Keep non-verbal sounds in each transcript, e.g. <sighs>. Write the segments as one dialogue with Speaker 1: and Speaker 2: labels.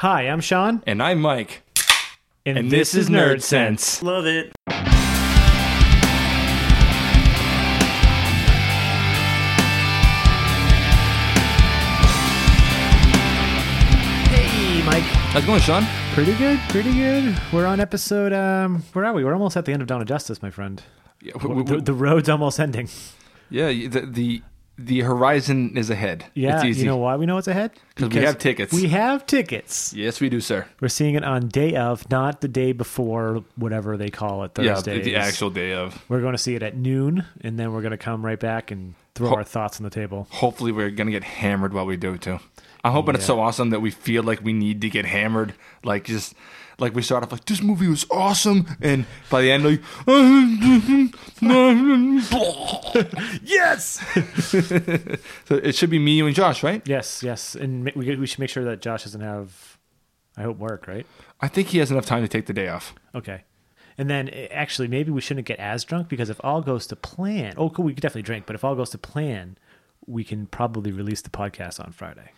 Speaker 1: Hi, I'm Sean,
Speaker 2: And I'm Mike.
Speaker 1: and,
Speaker 2: And this, is Nerd Sense.
Speaker 3: Love it.
Speaker 1: Hey, Mike.
Speaker 2: How's it going, Sean?
Speaker 1: Pretty good, pretty good. We're on episode. Um, where are we? We're almost at the end of Dawn of Justice, my friend.
Speaker 2: Yeah, w-
Speaker 1: The,
Speaker 2: w-
Speaker 1: the road's almost ending.
Speaker 2: yeah y- the, the the horizon is ahead.
Speaker 1: Yeah,
Speaker 2: it's easy.
Speaker 1: you know why we know it's ahead?
Speaker 2: 'Cause we have tickets.
Speaker 1: We have tickets.
Speaker 2: yes, we do, sir.
Speaker 1: We're seeing it on day of, not the day before, whatever they call it.
Speaker 2: Yeah,
Speaker 1: Thursdays.
Speaker 2: the- the actual day of.
Speaker 1: We're going to see it at noon, and then we're going to come right back and throw
Speaker 2: Ho-
Speaker 1: our thoughts on the table.
Speaker 2: Hopefully, we're gonna get hammered while we do it too. I'm hoping it's so awesome that we feel like we need to get hammered. Like just like we start off like this movie was awesome, and by the end <laughs> like
Speaker 1: Yes.
Speaker 2: <laughs> so it should be me, you, and Josh, right?
Speaker 1: yes. Yes. And ma- we we should make sure that Josh doesn't have, I hope, work. Right.
Speaker 2: I think he has enough time to take the day off.
Speaker 1: Okay. And then eh, actually, maybe we shouldn't get as drunk because if all goes to plan, oh, cool, we could definitely drink, but if all goes to plan, we can probably release the podcast on Friday.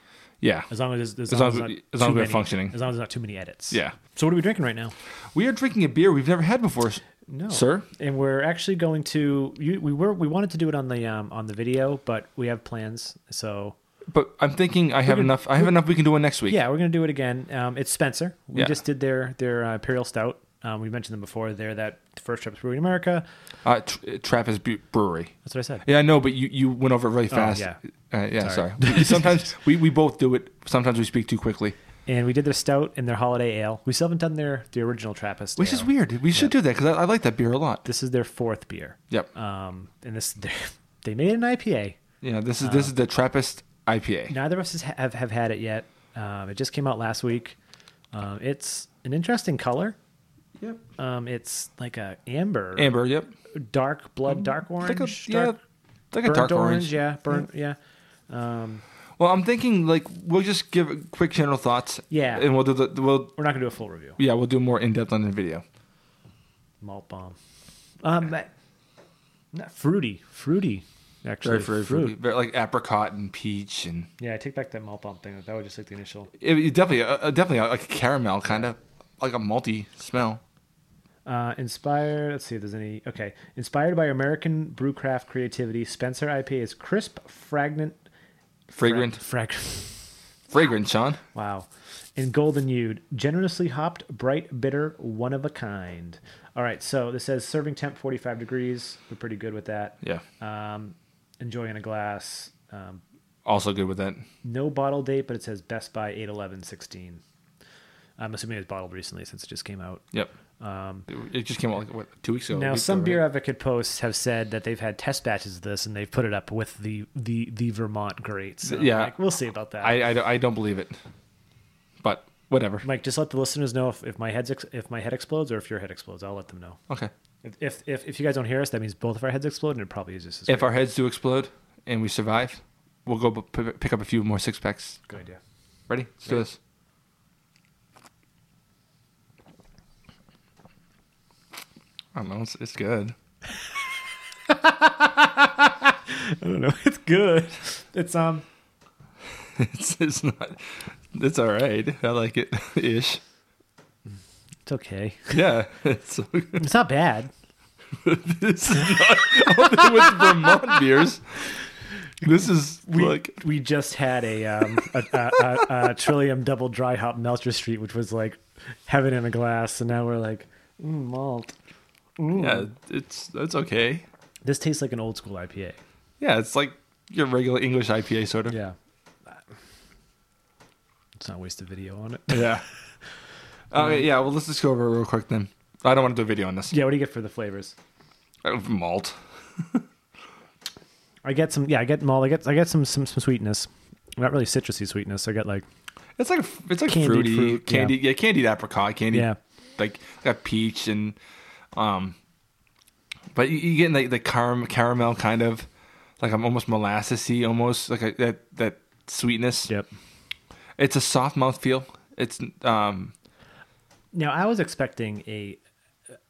Speaker 2: Yeah,
Speaker 1: As long as, as,
Speaker 2: As
Speaker 1: long
Speaker 2: long
Speaker 1: as,
Speaker 2: as
Speaker 1: not
Speaker 2: we- as long
Speaker 1: too
Speaker 2: as we're
Speaker 1: many-
Speaker 2: functioning.
Speaker 1: As long as there's not too many edits.
Speaker 2: Yeah.
Speaker 1: So what are we drinking right now?
Speaker 2: we are drinking a beer we've never had before,
Speaker 1: No.
Speaker 2: sir.
Speaker 1: And we're actually going to you, we were we wanted to do it on the um on the video, but we have plans. So
Speaker 2: But I'm thinking I have enough. I have enough. We can do one next week.
Speaker 1: yeah, we're gonna do it again. Um, it's Spencer. We
Speaker 2: Yeah.
Speaker 1: just did their their uh, Imperial Stout. Um, we mentioned them before. They're that first trip through America.
Speaker 2: Uh, tr- Trappist Bu- Brewery.
Speaker 1: That's what I said.
Speaker 2: Yeah, I know, but you, you went over it really fast.
Speaker 1: Oh, yeah.
Speaker 2: Uh, yeah,
Speaker 1: Sorry.
Speaker 2: sorry. We-
Speaker 1: <laughs>
Speaker 2: Sometimes we, we both do it. Sometimes we speak too quickly,
Speaker 1: and we did their stout and their holiday ale. We still haven't done their the original Trappist,
Speaker 2: which
Speaker 1: ale.
Speaker 2: is weird. We should do that because I, I like that beer a lot.
Speaker 1: This is their fourth beer.
Speaker 2: Yep.
Speaker 1: Um, and this <laughs> they made an IPA.
Speaker 2: yeah, this
Speaker 1: uh,
Speaker 2: is this is the Trappist IPA.
Speaker 1: Neither of us has, have have had it yet. Um, it just came out last week. Um, it's an interesting color.
Speaker 2: Yep.
Speaker 1: Um, it's like a amber,
Speaker 2: Amber. Yep.
Speaker 1: dark blood, dark orange,
Speaker 2: Like a, yeah,
Speaker 1: dark,
Speaker 2: like a
Speaker 1: burnt
Speaker 2: dark
Speaker 1: orange,
Speaker 2: orange.
Speaker 1: yeah, burnt, yeah.
Speaker 2: Well, I'm thinking like we'll just give quick general thoughts.
Speaker 1: Yeah.
Speaker 2: And we'll do the we'll
Speaker 1: We're not gonna do a full review.
Speaker 2: yeah we'll do more in depth on the video.
Speaker 1: Malt bomb. Um, that, not fruity, fruity. Actually, fruit.
Speaker 2: fruity. Very, like apricot and peach and
Speaker 1: Yeah, I take back that malt bomb thing. That was just like the initial.
Speaker 2: it, it definitely uh, definitely like a caramel kind of like a malty smell.
Speaker 1: Uh, inspired. Let's see if there's any. Okay, inspired by American brewcraft creativity, Spencer IPA is crisp, fragrant,
Speaker 2: Fragrant,
Speaker 1: frag. <laughs>
Speaker 2: fragrant, Sean.
Speaker 1: wow, and golden hued, generously hopped, bright, bitter, one of a kind. All right, so this says serving temp 45 degrees. We're pretty good with that.
Speaker 2: Yeah.
Speaker 1: Um, enjoy in a glass. Um,
Speaker 2: Also good with that.
Speaker 1: no bottle date, but it says Best Buy 8 11 16. I'm assuming it was bottled recently since it just came out.
Speaker 2: Yep. Um, it just came out like what two weeks ago. a
Speaker 1: Now,
Speaker 2: week
Speaker 1: some
Speaker 2: ago,
Speaker 1: beer
Speaker 2: right?
Speaker 1: advocate posts have said that they've had test batches of this and they've put it up with the the the Vermont greats. So,
Speaker 2: Yeah.
Speaker 1: like, we'll see about that.
Speaker 2: I, I don't- I don't believe it, but whatever.
Speaker 1: Mike, just let the listeners know if, if my head's ex- if my head explodes or if your head explodes. I'll let them know.
Speaker 2: Okay.
Speaker 1: If if if, if you guys don't hear us, that means both of our heads explode, and it probably is just as
Speaker 2: If our heads do explode and we survive, we'll go b- p- pick up a few more six packs.
Speaker 1: good idea.
Speaker 2: Ready? Let's do this. I don't know. It's, it's good.
Speaker 1: <laughs> I don't know. It's good. It's um.
Speaker 2: It's, it's not. It's all right. I like it ish.
Speaker 1: It's okay.
Speaker 2: Yeah. <laughs> It's so
Speaker 1: It's not bad.
Speaker 2: This is not up with Vermont beers. This is
Speaker 1: We,
Speaker 2: like
Speaker 1: we just had a um a, a, a, a Trillium Double Dry Hop Melcher Street, which was like heaven in a glass, and now we're like mm, malt.
Speaker 2: yeah, it's that's okay.
Speaker 1: This tastes like an old school IPA.
Speaker 2: Yeah, it's like your regular English IPA sort of.
Speaker 1: Yeah. Let's not waste a video on it.
Speaker 2: <laughs> Yeah. Okay, Uh, yeah. Well, let's just go over it real quick then. I don't want to do a video on this.
Speaker 1: Yeah, what do you get for the flavors?
Speaker 2: Uh, Malt.
Speaker 1: I get some yeah, I get malt, I get I get some some, some sweetness. Not really citrusy sweetness. I get like
Speaker 2: It's like it's like
Speaker 1: Candied
Speaker 2: fruity,
Speaker 1: fruit, yeah.
Speaker 2: candy, yeah. candied apricot, candy,
Speaker 1: Yeah.
Speaker 2: like got peach and, um, but you, you getting like the caram- caramel kind of, like I'm almost molassesy, almost like a, that that sweetness.
Speaker 1: Yep.
Speaker 2: It's a soft mouth feel. It's um
Speaker 1: Now I was expecting a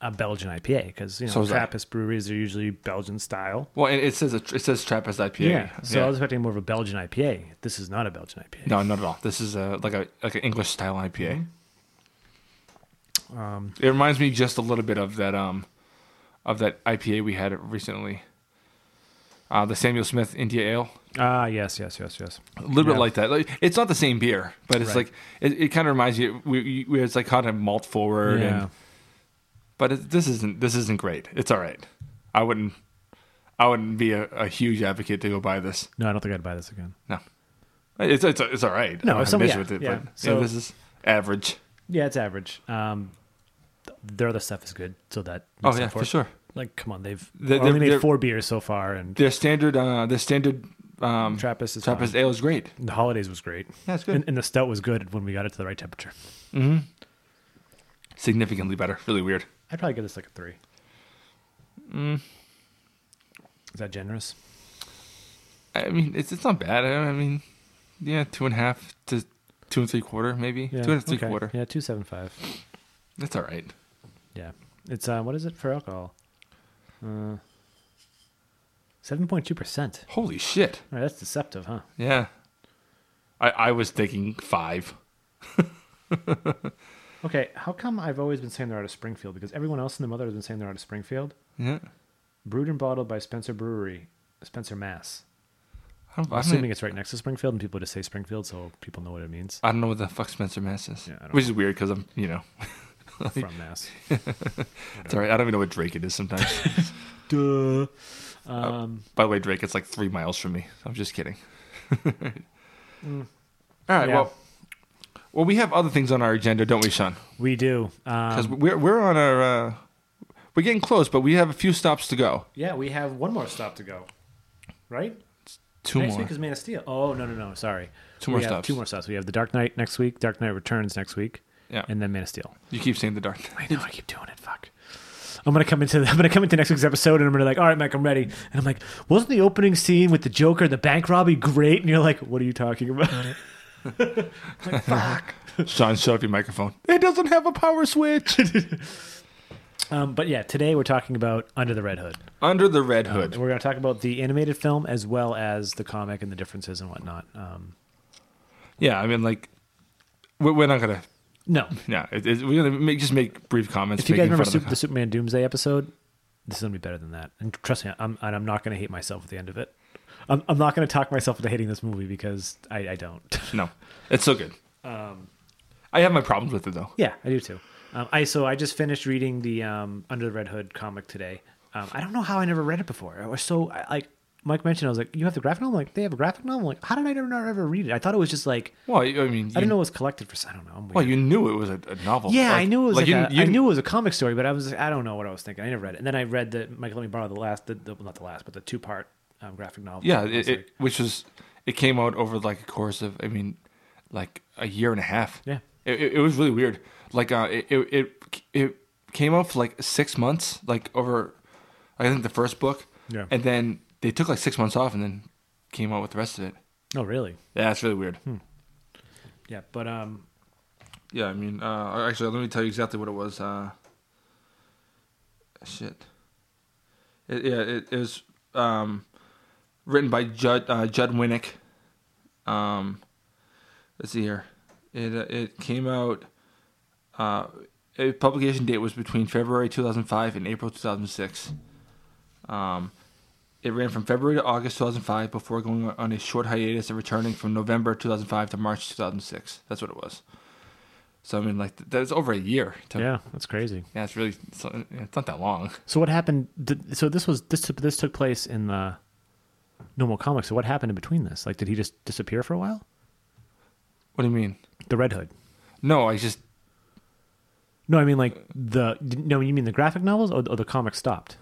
Speaker 1: a Belgian IPA because you know
Speaker 2: So was I.
Speaker 1: Trappist breweries are usually Belgian style.
Speaker 2: Well, it, it says a, it says Trappist IPA.
Speaker 1: So I was expecting more of a Belgian IPA. This is not a Belgian IPA.
Speaker 2: no, not at all. This is a like a like an English style IPA. Um, it reminds me just a little bit of that um, of that IPA we had recently. Uh, the Samuel Smith India Ale.
Speaker 1: Ah, yes, yes, yes, yes.
Speaker 2: a little
Speaker 1: Yeah.
Speaker 2: bit like that. Like, it's not the same beer, but it's
Speaker 1: Right.
Speaker 2: like it, it kind of reminds you. We, we it's like kind of malt forward,
Speaker 1: Yeah.
Speaker 2: and, but it, this isn't this isn't great. It's all right. I wouldn't I wouldn't be a, a huge advocate to go buy this.
Speaker 1: No, I don't think I'd buy this again.
Speaker 2: No, it's it's it's all right.
Speaker 1: No,
Speaker 2: I don't have
Speaker 1: some-
Speaker 2: an
Speaker 1: yeah,
Speaker 2: issue with it,
Speaker 1: yeah.
Speaker 2: but
Speaker 1: So-
Speaker 2: yeah, this is average.
Speaker 1: Yeah, it's average. Um, th- their other stuff is good, so that makes
Speaker 2: Oh
Speaker 1: up
Speaker 2: yeah,
Speaker 1: for,
Speaker 2: for
Speaker 1: it.
Speaker 2: sure.
Speaker 1: Like, come on, they've
Speaker 2: They-
Speaker 1: only
Speaker 2: they're-
Speaker 1: made
Speaker 2: they're-
Speaker 1: four beers so far, and
Speaker 2: Their standard uh their standard um
Speaker 1: Trappist is
Speaker 2: Trappist
Speaker 1: fine.
Speaker 2: ale is great.
Speaker 1: And the holidays was great,
Speaker 2: Yeah, it's good.
Speaker 1: and, and the stout was good when we got it to the right temperature.
Speaker 2: Significantly better. Really weird.
Speaker 1: I'd probably give this like a three.
Speaker 2: Mm.
Speaker 1: Is that generous?
Speaker 2: I mean, it's it's not bad. I I mean, yeah, two and a half to two and three quarter, maybe two and three
Speaker 1: okay.
Speaker 2: quarter.
Speaker 1: Yeah, two seven five.
Speaker 2: That's all right.
Speaker 1: Yeah, it's uh, what is it for alcohol? Uh, Seven point two percent.
Speaker 2: Holy shit!
Speaker 1: All right, that's deceptive, huh?
Speaker 2: Yeah, I I was thinking five.
Speaker 1: Okay, how come I've always been saying they're out of Springfield? Because everyone else in the mother has been saying they're out of Springfield.
Speaker 2: Yeah,
Speaker 1: Brewed and bottled by Spencer Brewery, Spencer, Mass.
Speaker 2: I don't,
Speaker 1: I'm
Speaker 2: I don't,
Speaker 1: assuming
Speaker 2: even-
Speaker 1: it's right next to Springfield, and people just say Springfield, so people know what it means
Speaker 2: I don't know what the fuck Spencer Mass is,
Speaker 1: Yeah, I don't
Speaker 2: which is weird because I'm you know
Speaker 1: from Mass.
Speaker 2: it's all right. I don't even know what Drake it is sometimes.
Speaker 1: <laughs> Duh. Um,
Speaker 2: By the way, Drake, it's like three miles from me. I'm just kidding. <laughs> All right,
Speaker 1: Mm. Yeah.
Speaker 2: well, well, we have other things on our agenda, don't we, Sean?
Speaker 1: we do.
Speaker 2: Because
Speaker 1: Um,
Speaker 2: we're we're on our uh, we're getting close, but we have a few stops to go.
Speaker 1: yeah, we have one more stop to go, right?
Speaker 2: Two
Speaker 1: next
Speaker 2: more.
Speaker 1: week is Man of Steel. Oh no no no! Sorry,
Speaker 2: Two
Speaker 1: We
Speaker 2: more
Speaker 1: have
Speaker 2: stops.
Speaker 1: Two more stops. We have the Dark Knight next week. Dark Knight Returns next week,
Speaker 2: yeah,
Speaker 1: and then Man of Steel.
Speaker 2: you keep saying the dark.
Speaker 1: I know I keep doing it. Fuck. I'm gonna come into the, <laughs> I'm gonna come into next week's episode and I'm gonna like, all right, Mike, I'm ready. And I'm like, wasn't the opening scene with the Joker, and the bank robbery, great? And you're like, what are you talking about? Like, fuck.
Speaker 2: <laughs> Sean, shut up your microphone. It doesn't have a power switch.
Speaker 1: <laughs> Um, but yeah, today we're talking about <laughs> Under the Red Hood,
Speaker 2: Under the Red Hood.
Speaker 1: and we're gonna talk about the animated film as well as the comic and the differences and whatnot. Um,
Speaker 2: Yeah, I mean, like, we're, we're not gonna.
Speaker 1: no,
Speaker 2: Yeah, it, it, we're gonna make, just make brief comments.
Speaker 1: if you guys
Speaker 2: making
Speaker 1: remember
Speaker 2: fun of
Speaker 1: Sup- the Superman Doomsday episode, this is gonna be better than that. And trust me, I'm and I'm not gonna hate myself at the end of it. I'm, I'm not gonna talk myself into hating this movie because I, I don't. <laughs>
Speaker 2: the- no, it's so good.
Speaker 1: Um,
Speaker 2: I have my problems with it though.
Speaker 1: yeah, I do too. Um, I so I just finished reading the um, Under the Red Hood comic today. Um, I don't know how I never read it before. I was so I, like Mike mentioned. I was like, "You have the graphic novel?" I'm like they have a graphic novel. I'm like, how did I never not ever read it? I thought it was just like
Speaker 2: Well, I I mean, you,
Speaker 1: I didn't know it was collected for. I don't know. I'm weird.
Speaker 2: Well, you knew it was a, a novel.
Speaker 1: Yeah, I
Speaker 2: Like-
Speaker 1: knew it was like,
Speaker 2: you,
Speaker 1: a,
Speaker 2: you
Speaker 1: I knew it was a comic story, but I was I don't know what I was thinking. I never read it, and then I read the Michael. Let me borrow the last, the, the, not the last, but the two part um, graphic novel.
Speaker 2: Yeah,
Speaker 1: I was
Speaker 2: it,
Speaker 1: like,
Speaker 2: it, which was it came out over like a course of I mean, like a year and a half.
Speaker 1: Yeah.
Speaker 2: it, it, it was really weird. Like uh, it, it it it came out for like six months, like over, I think the first book.
Speaker 1: Yeah.
Speaker 2: and then they took like six months off, and then came out with the rest of it.
Speaker 1: oh really?
Speaker 2: Yeah, that's really weird.
Speaker 1: Hmm. Yeah, but um,
Speaker 2: Yeah, I mean, uh, actually, let me tell you exactly what it was. Uh, shit. It, yeah, it, it was um, written by Judd uh, Judd Winnick. Um, let's see here. It uh, it came out. Uh, a publication date was between February 2005 and April 2006. Um, it ran from February to August 2005 before going on a short hiatus and returning from November 2005 to March 2006. That's what it was. So I mean, like th- that's over a year. To,
Speaker 1: yeah, that's crazy.
Speaker 2: yeah, it's really it's, it's not that long.
Speaker 1: So what happened? Did, so this was this took- this took place in the normal comics. So what happened in between this? Like, did he just disappear for a while?
Speaker 2: What do you mean?
Speaker 1: The Red Hood.
Speaker 2: No, I just
Speaker 1: No, I mean like the no. You mean the graphic novels or, or the comic stopped?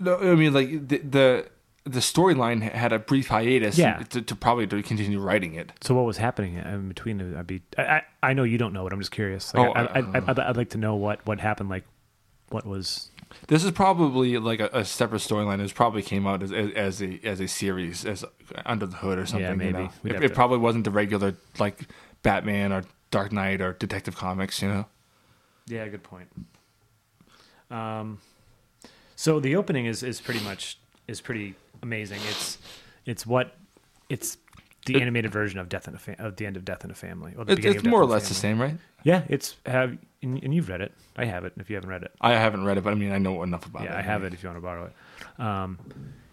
Speaker 2: no. I mean, like the the, the storyline ha- had a brief hiatus.
Speaker 1: Yeah.
Speaker 2: To, to probably to continue writing it.
Speaker 1: So what was happening in between? I'd be, I, I, I know you don't know, but I'm just curious. Like,
Speaker 2: Oh,
Speaker 1: I, I,
Speaker 2: I-
Speaker 1: I, I, would like to know what, what happened. Like, what was?
Speaker 2: This is probably like a, a separate storyline. It probably came out as, as as a as a series, as under the hood or something. you
Speaker 1: maybe.
Speaker 2: know?
Speaker 1: We'd
Speaker 2: It,
Speaker 1: have
Speaker 2: it
Speaker 1: to-
Speaker 2: probably wasn't the regular like Batman or Dark Knight or Detective Comics. You know.
Speaker 1: Yeah, good point. Um, so the opening is is pretty much is pretty amazing. It's it's what it's the
Speaker 2: It-
Speaker 1: animated version of Death in a Fa- of the end of Death in a Family. Or the
Speaker 2: It,
Speaker 1: beginning
Speaker 2: it's
Speaker 1: of Death
Speaker 2: more or
Speaker 1: in a
Speaker 2: less the
Speaker 1: Family.
Speaker 2: same, right?
Speaker 1: Yeah, it's have and, and you've read it. I have it. If you haven't read it,
Speaker 2: I haven't read it, but I mean, I know enough about it.
Speaker 1: yeah, I have it if you want to borrow it. Um,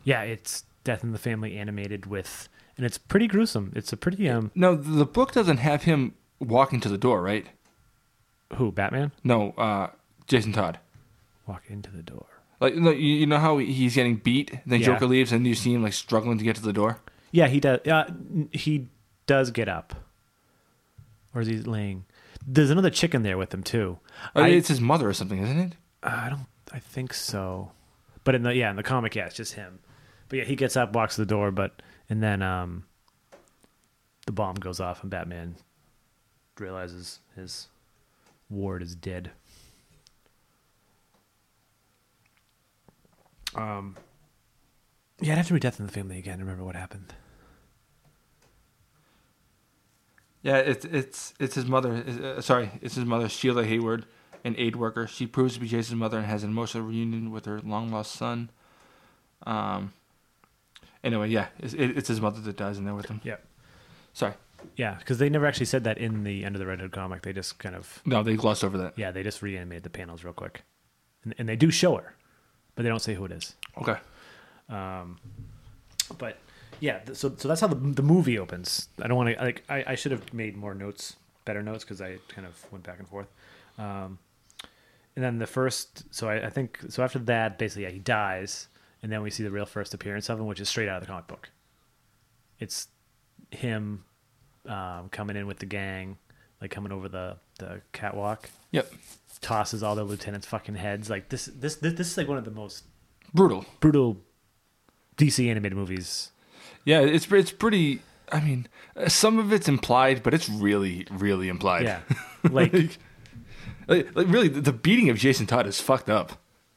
Speaker 1: yeah, it's Death in the Family animated with, and it's pretty gruesome. It's a pretty um
Speaker 2: No, the book doesn't have him walking to the door, right?
Speaker 1: who Batman
Speaker 2: No, uh, Jason Todd.
Speaker 1: walk into the door.
Speaker 2: Like, no, you, you know how he's getting beat, then
Speaker 1: Yeah.
Speaker 2: Joker leaves, and you see him like struggling to get to the door.
Speaker 1: Yeah, he does. Uh, n- he does get up, or is he laying? There's another chicken there with him too.
Speaker 2: Uh,
Speaker 1: I,
Speaker 2: it's his mother or something, isn't it?
Speaker 1: I don't. I think so. But in the yeah, in the comic, yeah, it's just him. But yeah, he gets up, walks to the door, but and then um, the bomb goes off, and Batman realizes his ward is dead. Um. Yeah, I'd have to read Death in the Family again. to Remember what happened?
Speaker 2: Yeah, it's it's it's his mother. Uh, sorry, it's his mother, Sheila Hayward, an aid worker. She proves to be Jason's mother and has an emotional reunion with her long lost son. Um. Anyway, yeah, it's, it, it's his mother that dies in there with him.
Speaker 1: Yeah.
Speaker 2: Sorry,
Speaker 1: Yeah, because they never actually said that in the end of the Red Hood comic. They just kind of
Speaker 2: no, they glossed over that.
Speaker 1: yeah, they just reanimated the panels real quick, and, and they do show her, but they don't say who it is.
Speaker 2: Okay.
Speaker 1: Um, but yeah, th- so so that's how the the movie opens. I don't want to like I, I should have made more notes, better notes, because I kind of went back and forth. Um, and then the first, so I, I think so after that, basically, yeah, he dies, and then we see the real first appearance of him, which is straight out of the comic book. It's him um, coming in with the gang, like coming over the the catwalk,
Speaker 2: Yep.
Speaker 1: tosses all the lieutenants' fucking heads. Like this, this, this, this is like one of the most
Speaker 2: Brutal.
Speaker 1: brutal DC animated movies.
Speaker 2: Yeah, it's it's pretty. I mean, uh, some of it's implied, but it's really, really implied. <laughs>
Speaker 1: Yeah, <laughs> like
Speaker 2: Like, like, really, the the beating of Jason Todd is fucked up.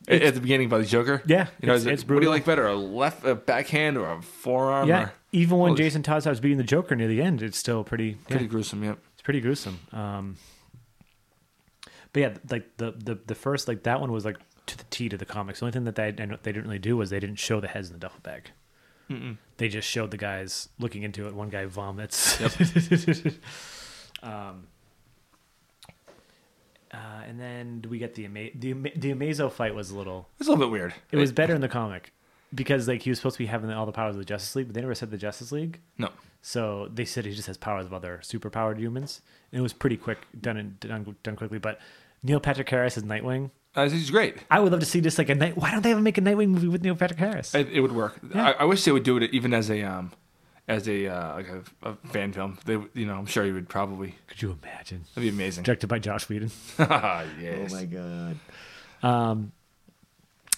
Speaker 2: A- At the beginning by the Joker,
Speaker 1: Yeah,
Speaker 2: you know,
Speaker 1: it's-
Speaker 2: is it-
Speaker 1: it's
Speaker 2: What do you
Speaker 1: brutal.
Speaker 2: like better, a left, a backhand, or a forearm?
Speaker 1: yeah,
Speaker 2: or-
Speaker 1: even when
Speaker 2: Holy-
Speaker 1: Jason Todd starts beating the Joker near the end, it's still pretty. yeah,
Speaker 2: pretty gruesome. Yep.
Speaker 1: it's pretty gruesome. Um, but yeah, like the the the first like that one was like to the T to the comics. The only thing that they I know they didn't really do was they didn't show the heads in the duffel bag. They just showed the guys looking into it. One guy vomits. <laughs> um, uh, and then we get the ama- the ama- the Amazo fight was a little.
Speaker 2: It's a little bit weird.
Speaker 1: It was better in the comic because like he was supposed to be having all the powers of the Justice League, but they never said the Justice League.
Speaker 2: no.
Speaker 1: So they said he just has powers of other superpowered humans. And it was pretty quick, done and done, done quickly. But Neil Patrick Harris as Nightwing,
Speaker 2: Uh, he's great.
Speaker 1: I would love to see just like a night. Why don't they ever make a Nightwing movie with Neil Patrick Harris?
Speaker 2: It, it would work. I, I wish they would do it even as a um, as a uh, like a, a fan film. They, would- you know, I'm sure you would probably.
Speaker 1: Could you imagine?
Speaker 2: That'd be amazing. <laughs> Ah,
Speaker 1: Directed by Josh Whedon
Speaker 2: yes.
Speaker 3: Oh my god.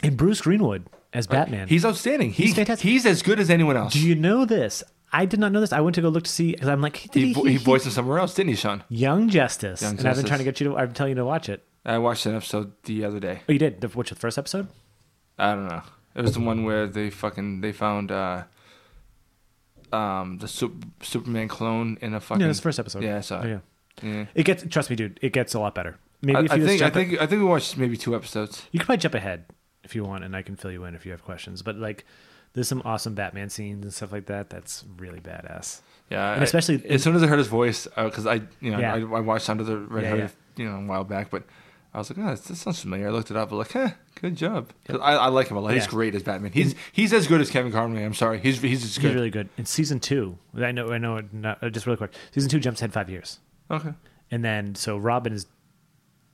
Speaker 1: and Bruce Greenwood as Batman.
Speaker 2: He's outstanding. He's
Speaker 1: He's fantastic.
Speaker 2: He's as good as anyone else.
Speaker 1: Do you know this? I did not know this. I went to go look to see because I'm like, did
Speaker 2: he,
Speaker 1: he,
Speaker 2: vo- he voiced him somewhere else, didn't he, Sean?
Speaker 1: Young Justice, and
Speaker 2: Young
Speaker 1: I've been
Speaker 2: Justice.
Speaker 1: trying to get you to. I've been telling you to watch it.
Speaker 2: I watched that episode the other day.
Speaker 1: Oh, you did. The, which the first episode?
Speaker 2: I don't know. It was the one where they fucking they found uh um the sup- Superman clone in a fucking
Speaker 1: Yeah, that's the first episode.
Speaker 2: Yeah, I saw
Speaker 1: Oh,
Speaker 2: it.
Speaker 1: yeah.
Speaker 2: Yeah.
Speaker 1: It gets trust me, dude. It gets a lot better. Maybe
Speaker 2: I,
Speaker 1: if you
Speaker 2: I
Speaker 1: just
Speaker 2: think I
Speaker 1: jump
Speaker 2: think I think we watched maybe two episodes.
Speaker 1: you can probably jump ahead if you want, and I can fill you in if you have questions. But like, there's some awesome Batman scenes and stuff like that. That's really badass.
Speaker 2: Yeah,
Speaker 1: And
Speaker 2: I-
Speaker 1: especially-
Speaker 2: as soon as I heard his voice, because I you know
Speaker 1: Yeah.
Speaker 2: I, I watched Under the Red
Speaker 1: Yeah,
Speaker 2: Hood
Speaker 1: yeah.
Speaker 2: you know a while back, but I was like, oh, this, this sounds familiar. I looked it up. I was like, huh, good job. 'Cause I, I like him a lot. He's
Speaker 1: Yeah.
Speaker 2: great as Batman. He's he's as good as Kevin Conroy. I'm sorry, he's he's as good.
Speaker 1: He's really good. In season two, I know, I know. it Not, uh, just really quick, season two jumps ahead five years,
Speaker 2: okay.
Speaker 1: and then so Robin is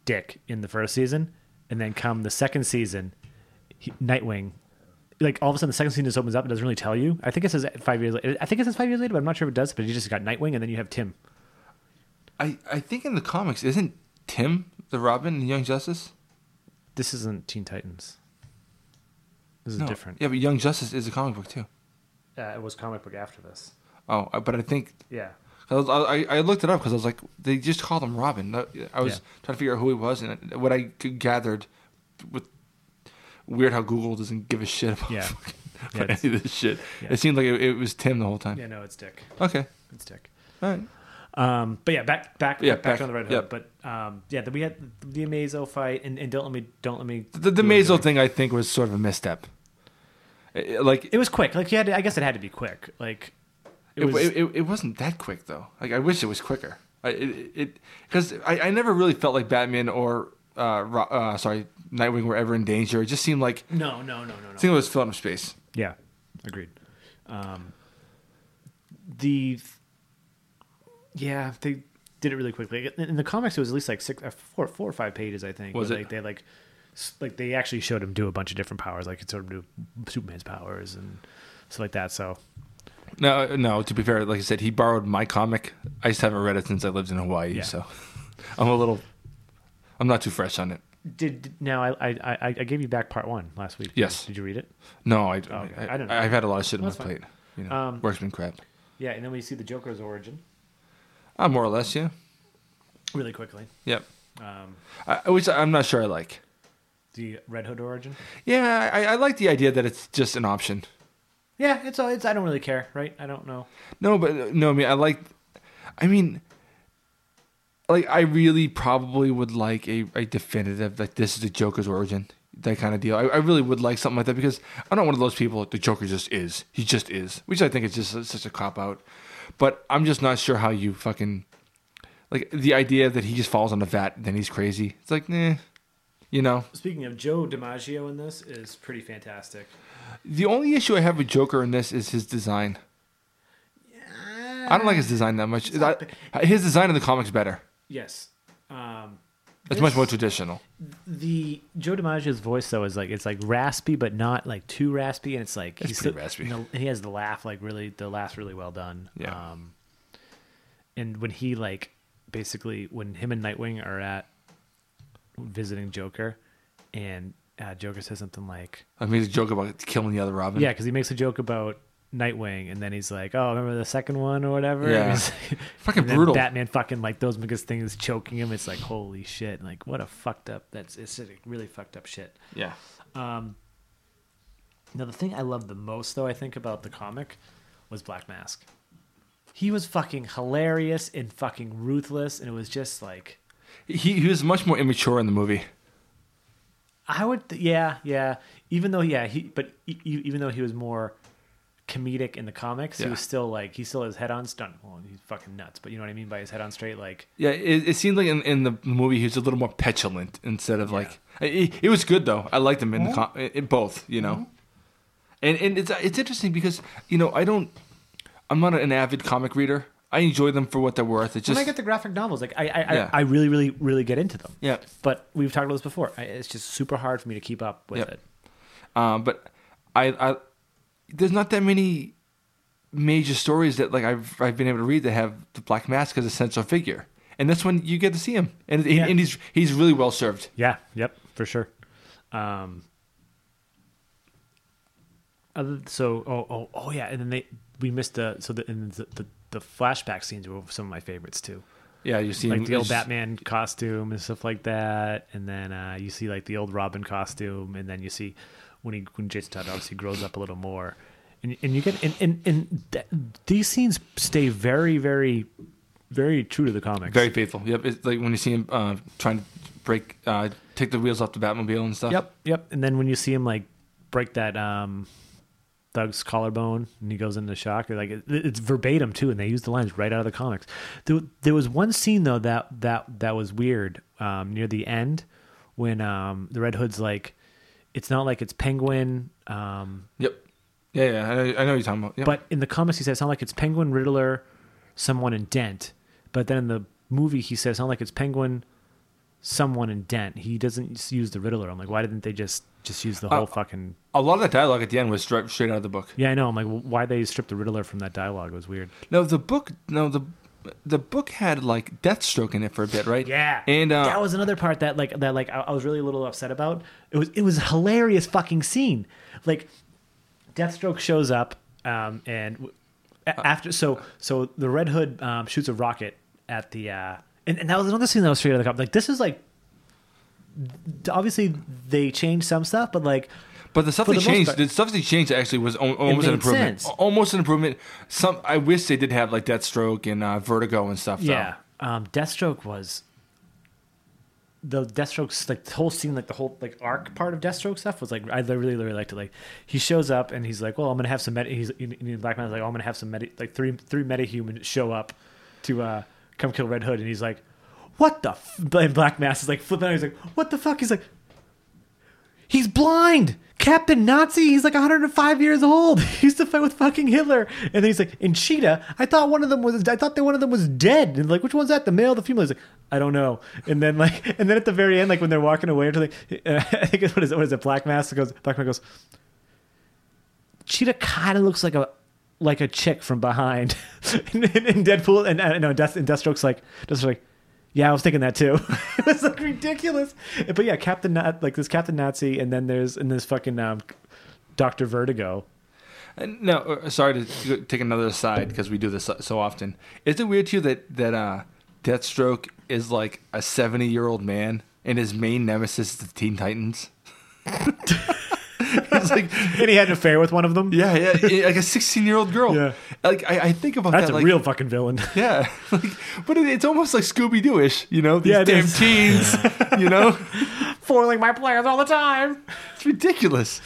Speaker 1: Dick in the first season, and then come the second season, he, Nightwing. Like all of a sudden, the second season just opens up and doesn't really tell you. I think it says five years. la- I think it says five years later, but I'm not sure if it does. But you just got Nightwing, and then you have Tim.
Speaker 2: I I think in the comics isn't Tim the Robin in Young Justice?
Speaker 1: This isn't Teen Titans. This is different.
Speaker 2: Yeah, but Young Justice is a comic book too.
Speaker 1: Uh, it was comic book after this.
Speaker 2: Oh, I- but I think
Speaker 1: Yeah.
Speaker 2: I, was, I, I looked it up because I was like, they just called him Robin. I was
Speaker 1: Yeah.
Speaker 2: trying to figure out who he was, and what I gathered with weird how Google doesn't give a shit about, <laughs>
Speaker 1: Yeah. Yeah,
Speaker 2: about
Speaker 1: it's-
Speaker 2: any of this shit.
Speaker 1: yeah.
Speaker 2: It seemed like it, it was Tim the whole time.
Speaker 1: Yeah, no, it's Dick.
Speaker 2: Okay,
Speaker 1: It's Dick.
Speaker 2: all right.
Speaker 1: Um, but yeah, back back
Speaker 2: Yeah,
Speaker 1: back,
Speaker 2: back-
Speaker 1: on the Red Hood.
Speaker 2: yep.
Speaker 1: But um, yeah, then we had the Amazo fight, and, and don't let me don't let me
Speaker 2: The,
Speaker 1: do
Speaker 2: the
Speaker 1: it
Speaker 2: Maisel
Speaker 1: again.
Speaker 2: thing, I think, was sort of a misstep. Eh, Like
Speaker 1: It was quick. Like you had, to, I guess it had to be quick. Like it
Speaker 2: it,
Speaker 1: was.
Speaker 2: it, it, it wasn't that quick though. Like I wish it was quicker. I, it because I, I never really felt like Batman or uh, Ro- uh sorry Nightwing were ever in danger. It just seemed like
Speaker 1: no, no, no, no, no.
Speaker 2: it seemed like it was filling up space.
Speaker 1: Yeah, agreed. Um, the yeah, they did it really quickly. In in the comics, it was at least like six, uh, four, four or five pages, I think.
Speaker 2: Was
Speaker 1: where,
Speaker 2: it?
Speaker 1: Like, they like, s- like they actually showed him do a bunch of different powers. Like it showed him do Superman's powers and stuff like that. So
Speaker 2: No, no. To be fair, like I said, he borrowed my comic. I just haven't read it since I lived in Hawaii,
Speaker 1: Yeah.
Speaker 2: so <laughs> I'm a little, I'm not too fresh on it.
Speaker 1: did did- now I I I, I gave you back part one last week.
Speaker 2: Yes.
Speaker 1: Did you read it?
Speaker 2: No, I,
Speaker 1: okay.
Speaker 2: I,
Speaker 1: I don't know.
Speaker 2: have had a lot of shit on my
Speaker 1: That's fine.
Speaker 2: plate. You know,
Speaker 1: Um,
Speaker 2: work's been crap.
Speaker 1: Yeah, and then we see the Joker's origin
Speaker 2: Uh, more or less, yeah,
Speaker 1: really quickly.
Speaker 2: yep.
Speaker 1: Um,
Speaker 2: I, which I'm not sure I like.
Speaker 1: the Red Hood origin.
Speaker 2: Yeah, I, I like the idea that it's just an option.
Speaker 1: Yeah, it's all. It's I don't really care, right? I don't know.
Speaker 2: No, but no, I mean, I like. I mean, like I really probably would like a, a definitive like this is the Joker's origin that kind of deal. I, I really would like something like that because I'm not one of those people. The Joker just is. He just is, which I think is just such a cop out. But I'm just not sure how you fucking like the idea that he just falls on a vat and then he's crazy. It's like, nah, you know.
Speaker 1: Speaking of Joe DiMaggio in this is pretty fantastic.
Speaker 2: The only issue I have with Joker in this is his design. I don't like his design that much.
Speaker 1: not
Speaker 2: I- his design in the comics better.
Speaker 1: Yes. Um,
Speaker 2: It's much more traditional.
Speaker 1: the Joe DiMaggio's voice though is like it's like raspy but not like too raspy and it's like
Speaker 2: It's
Speaker 1: he's
Speaker 2: pretty
Speaker 1: still-
Speaker 2: raspy.
Speaker 1: you know, and he has the laugh like really the laugh's really well done.
Speaker 2: Yeah.
Speaker 1: Um, and when he like basically when him and Nightwing are at visiting Joker, and uh, Joker says something like,
Speaker 2: I mean, the joke about killing the other Robin.
Speaker 1: Yeah, because he makes a joke about Nightwing, and then he's like, "Oh, remember the second one or whatever?" <laughs>
Speaker 2: Yeah.
Speaker 1: And he's-
Speaker 2: Fucking
Speaker 1: and then
Speaker 2: brutal.
Speaker 1: Batman fucking like those biggest things choking him. It's like holy shit, like what a fucked up. That's it's really fucked up shit.
Speaker 2: yeah.
Speaker 1: Now the thing I love the most though I think about the comic was Black Mask. He was fucking hilarious and fucking ruthless, and it was just like
Speaker 2: He he was much more immature in the movie.
Speaker 1: I would, th- yeah, yeah. Even though, yeah, he, but e- e- even though he was more comedic in the comics, he
Speaker 2: Yeah.
Speaker 1: was still like he still has head on stunt. Well, he's fucking nuts, but you know what I mean by his head on straight. Like,
Speaker 2: Yeah, it, it seemed like in, in the movie he was a little more petulant instead of like. It, it was good though. I liked him
Speaker 1: Mm-hmm.
Speaker 2: in the com- in both. You know, and and it's it's interesting because you know I don't. I'm not an avid comic reader. I enjoy them for what they're worth. It's
Speaker 1: when
Speaker 2: just
Speaker 1: I get the graphic novels, like I, I,
Speaker 2: Yeah.
Speaker 1: I, I really, really, really get into them.
Speaker 2: yeah.
Speaker 1: But we've talked about this before. I, it's just super hard for me to keep up with
Speaker 2: Yep.
Speaker 1: it.
Speaker 2: Um, but I, I there's not that many major stories that like I've I've been able to read that have the Black Mask as a central figure, and that's when you get to see him, and and-
Speaker 1: Yeah.
Speaker 2: and he's he's really well served.
Speaker 1: Yeah. Yep. For sure. Um. Other, so oh oh oh yeah, and then they we missed the so the and the, the the flashback scenes were some of my favorites too.
Speaker 2: Yeah, you see him
Speaker 1: like the old
Speaker 2: it's-
Speaker 1: Batman costume and stuff like that, and then uh, you see like the old Robin costume, and then you see when he when Jason Todd obviously grows up a little more, and and you get and and, and th- these scenes stay very very very true to the comics.
Speaker 2: Very faithful. Yep, it's like when you see him uh, trying to break, uh, take the wheels off the Batmobile and stuff.
Speaker 1: Yep, yep. And then when you see him like break that um Doug's collarbone and he goes into shock, you're like it, it's verbatim too, and they use the lines right out of the comics. There, there was one scene though that that that was weird um, near the end when um, the Red Hood's like, it's not like it's Penguin. Um,
Speaker 2: Yep. Yeah, yeah. I know, I know what you're talking about. Yep.
Speaker 1: but in the comics, he says, sound like it's Penguin, Riddler, someone, and Dent. But then in the movie, he says, sound like it's Penguin, someone, and Dent. He doesn't s- use the Riddler. I'm like, why didn't they just just use the whole
Speaker 2: Uh,
Speaker 1: fucking?
Speaker 2: a lot of that dialogue at the end was straight, straight out of the book.
Speaker 1: Yeah, I know. I'm like, well, why they stripped the Riddler from that dialogue It was weird.
Speaker 2: No, the book. No, the the book had like Deathstroke in it for a bit, right?
Speaker 1: Yeah,
Speaker 2: And uh,
Speaker 1: that was another part that like that like I, I was really a little upset about. It was it was a hilarious fucking scene. Like, Deathstroke shows up, um, and w-
Speaker 2: Uh,
Speaker 1: a- after so so the Red Hood um, shoots a rocket at the uh, and, and that was another scene that was straight out of the cop. Like this is like d- obviously they changed some stuff, but like
Speaker 2: But the stuff
Speaker 1: For
Speaker 2: they
Speaker 1: the most
Speaker 2: changed,
Speaker 1: part.
Speaker 2: the stuff they changed actually was al- almost
Speaker 3: made
Speaker 2: an improvement.
Speaker 3: sense.
Speaker 2: Almost an improvement. Some I wish they did have like Deathstroke and uh, Vertigo and stuff. Though.
Speaker 1: Yeah. Um, Deathstroke was the Deathstroke's like the whole scene, like the whole like arc part of Deathstroke stuff was like I really really liked it. Like he shows up and he's like, well, I'm gonna have some meta. He's in, in Black Man's like, oh, I'm gonna have some meta like three three metahumans show up to uh come kill Red Hood, and he's like, what the? F-? And Black Mass is like flipping out. He's like, what the fuck? He's like, He's blind. Captain Nazi. He's like 105 years old. <laughs> He used to fight with fucking Hitler. And then he's like, and Cheetah. I thought one of them was. I thought that one of them was dead. And like, which one's that? The male, the female? He's like, I don't know. And then like, <laughs> and then at the very end, like when they're walking away, they're like, <laughs> uh, I think it's- what is it? What is it? Black Mask goes. Black Mask goes. Cheetah kind of looks like a like a chick from behind. <laughs> and, and, and Deadpool and uh, no, Death, and Deathstroke's like Deathstroke's like, yeah, I was thinking that too. <laughs> it was like ridiculous. But yeah, Captain Nat like this Captain Nazi, and then there's and this fucking um, Doctor Vertigo. <laughs>
Speaker 2: And no, uh, sorry to t- take another aside because we do this so- so often. Is it weird to you that that uh, Deathstroke is like a seventy-year-old man and his main nemesis is the Teen Titans? He's like,
Speaker 1: And he had an affair with one of them.
Speaker 2: yeah, yeah, yeah, <laughs> like a sixteen-year-old girl.
Speaker 1: Yeah.
Speaker 2: Like I, I think about
Speaker 1: That's
Speaker 2: that.
Speaker 1: a
Speaker 2: like,
Speaker 1: real fucking <laughs> villain.
Speaker 2: Yeah, <laughs> like, but it, it's almost like Scooby Doo ish, you know? These
Speaker 1: Yeah, it
Speaker 2: damn
Speaker 1: is. <laughs>
Speaker 2: teens, you know?
Speaker 1: Foiling my players all the time.
Speaker 2: It's ridiculous.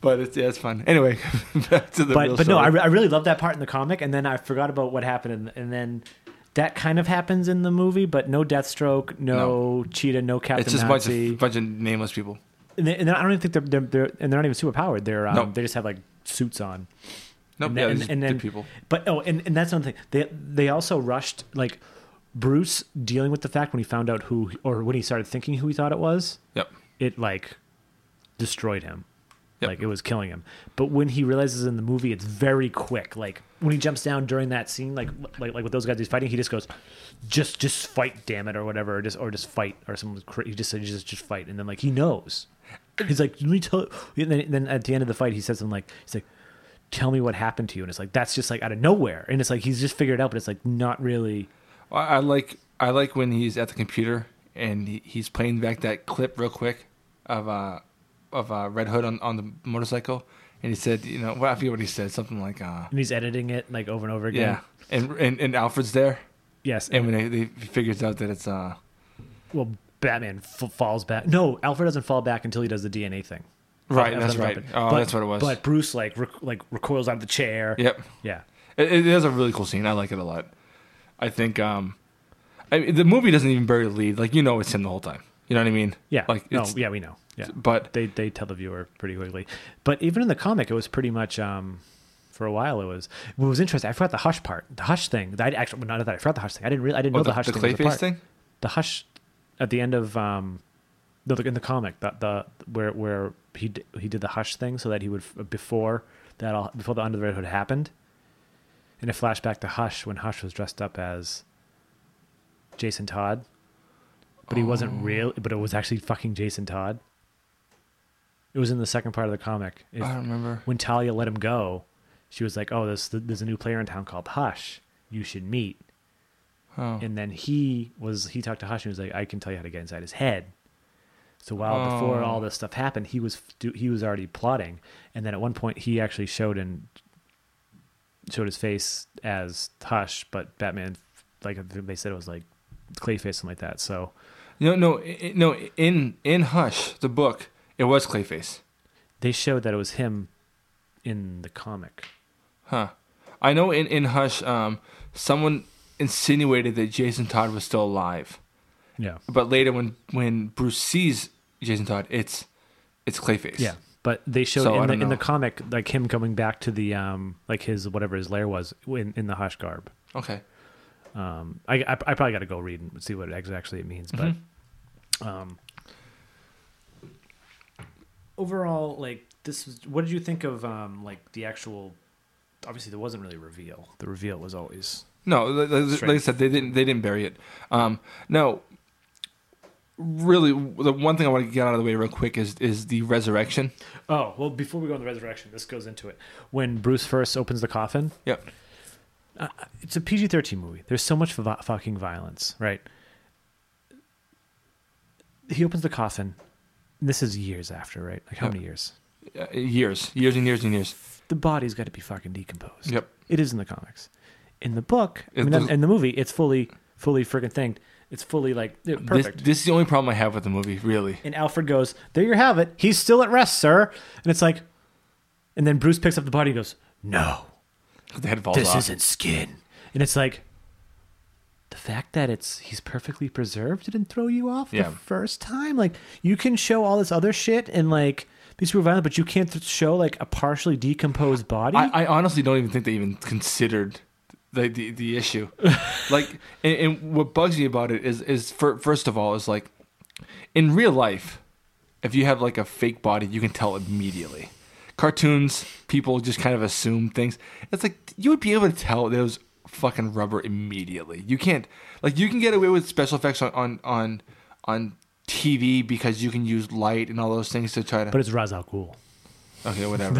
Speaker 2: But it's yeah, it's fun. Anyway, <laughs> back to the real
Speaker 1: but but no,
Speaker 2: story.
Speaker 1: I, re- I really love that part in the comic, and then I forgot about what happened, and, and then that kind of happens in the movie, but no Deathstroke, no, Cheetah, no Captain
Speaker 2: it's just a bunch
Speaker 1: Nazi,
Speaker 2: of bunch of nameless people.
Speaker 1: and, they, and I don't even think they're, they're, they're and they're not even superpowered. They're um,
Speaker 2: No.
Speaker 1: they just have like suits on.
Speaker 2: Nope,
Speaker 1: And
Speaker 2: yeah,
Speaker 1: then-
Speaker 2: these
Speaker 1: and-
Speaker 2: are
Speaker 1: and
Speaker 2: good
Speaker 1: then-
Speaker 2: people.
Speaker 1: But oh, and, and that's another thing. They they also rushed like Bruce dealing with the fact when he found out who or when he started thinking who he thought it was.
Speaker 2: Yep.
Speaker 1: It like destroyed him.
Speaker 2: Yep.
Speaker 1: Like it was killing him. But when he realizes in the movie, it's very quick. Like when he jumps down during that scene, like like like with those guys he's fighting, he just goes, just just fight, damn it, or whatever, or just or just fight, or someone he just said just just fight, and then like he knows. He's like, let me tell. And then, then at the end of the fight, he says something like, he's like, tell me what happened to you, and it's like that's just like out of nowhere, and it's like he's just figured it out, but it's like not really.
Speaker 2: I, I like I like when he's at the computer and he, he's playing back that clip real quick of uh of uh, Red Hood on, on the motorcycle and he said, you know, well, I forget what he said, something like uh
Speaker 1: And he's editing it like over and over again.
Speaker 2: yeah. And, and and Alfred's there
Speaker 1: Yes.
Speaker 2: and when they, they figures out that it's uh
Speaker 1: well, Batman f- falls back. No, Alfred doesn't fall back until he does the DNA thing.
Speaker 2: Right,
Speaker 1: Of
Speaker 2: that's
Speaker 1: them
Speaker 2: right.
Speaker 1: jumping.
Speaker 2: Oh,
Speaker 1: But-
Speaker 2: that's what it was.
Speaker 1: But Bruce like rec- like recoils out of the chair.
Speaker 2: yep,
Speaker 1: Yeah.
Speaker 2: it, it is a really cool scene. I like it a lot. I think um, I mean, the movie doesn't even bury the lead. Like you know, it's him the whole time. You know what I mean?
Speaker 1: Yeah.
Speaker 2: Like
Speaker 1: no,
Speaker 2: it's,
Speaker 1: yeah, we know. Yeah.
Speaker 2: But
Speaker 1: They they tell the viewer pretty quickly. But even in the comic it was pretty much um for a while it was what was interesting, I forgot the hush part. The hush thing. I actually well, not that I forgot the hush thing. I didn't really I didn't
Speaker 2: oh,
Speaker 1: know
Speaker 2: the,
Speaker 1: the, hush
Speaker 2: the
Speaker 1: thing. was a
Speaker 2: Clayface
Speaker 1: part.
Speaker 2: thing.
Speaker 1: The hush at the end of um no, the, in the comic, the, the where where he d- he did the hush thing so that he would uh, before that all, before the Under the Red Hood happened, and a flashback to Hush when Hush was dressed up as Jason Todd, but he
Speaker 2: Oh.
Speaker 1: wasn't real, but it was actually fucking Jason Todd. It was in the second part of the comic. If-
Speaker 2: I don't remember.
Speaker 1: when Talia let him go, she was like, "Oh, there's there's a new player in town called Hush. You should meet."
Speaker 2: Oh.
Speaker 1: And then he was he talked to Hush and he was like, "I can tell you how to get inside his head." So while before
Speaker 2: Oh.
Speaker 1: all this stuff happened, he was do- he was already plotting, and then at one point he actually showed and showed his face as Hush, but Batman, like I think they said, it was like Clayface something like that. So
Speaker 2: No, no, i- i- no. In in Hush, the book, it was Clayface.
Speaker 1: they showed that it was him in the comic.
Speaker 2: Huh. I know in in Hush, um, someone insinuated that Jason Todd was still alive,
Speaker 1: Yeah,
Speaker 2: but later when when Bruce sees Jason Todd, it's it's Clayface.
Speaker 1: Yeah, but they showed
Speaker 2: So, I
Speaker 1: in, the,
Speaker 2: don't
Speaker 1: in the
Speaker 2: know.
Speaker 1: comic like him coming back to the um like his whatever his lair was in, in the hush garb.
Speaker 2: Okay.
Speaker 1: Um, I I, I probably got to go read and see what ex- actually it means, but um, overall, like this was what did you think of um like the actual? Obviously, there wasn't really a reveal. The reveal was always
Speaker 2: No, like, like- like I
Speaker 1: Straight.
Speaker 2: said, they didn't. They didn't bury it. Um, no, really, the one thing I want to get out of the way real quick is is the resurrection.
Speaker 1: oh well. Before we go on the resurrection, this goes into it when Bruce first opens the coffin. Uh,
Speaker 2: Yep.
Speaker 1: it's a PG thirteen movie. There's so much vi- fucking violence, right? He opens the coffin. and This is years after, right? Like how
Speaker 2: Yep.
Speaker 1: many years?
Speaker 2: uh, years, years and years and years.
Speaker 1: The body's got to be fucking decomposed.
Speaker 2: Yep.
Speaker 1: It is in the comics. In the book, I
Speaker 2: It
Speaker 1: mean, not-
Speaker 2: doesn't-
Speaker 1: in the movie, it's fully, fully freaking thinged. It's fully like yeah, perfect.
Speaker 2: This, this is the only problem I have with the movie, really.
Speaker 1: and Alfred goes, "There you have it. He's still at rest, sir." And it's like, and then Bruce picks up the body and goes, "No,
Speaker 2: 'Cause The head falls
Speaker 1: this
Speaker 2: off.
Speaker 1: isn't skin." And it's like, the fact that it's he's perfectly preserved didn't throw you off
Speaker 2: Yeah.
Speaker 1: the first time. Like you can show all this other shit and like be super violent, but you can't th- show like a partially decomposed body.
Speaker 2: I, I honestly don't even think they even considered the the, the issue. like, and, and what bugs me about it is is fir- first of all is like, in real life, if you have like a fake body, you can tell immediately. Cartoons, people just kind of assume things. It's like you would be able to tell that it was fucking rubber immediately. You can't like you can get away with special effects on on on, on TV because you can use light and all those things to try to.
Speaker 1: but it's Ra's al Ghul.
Speaker 2: okay, whatever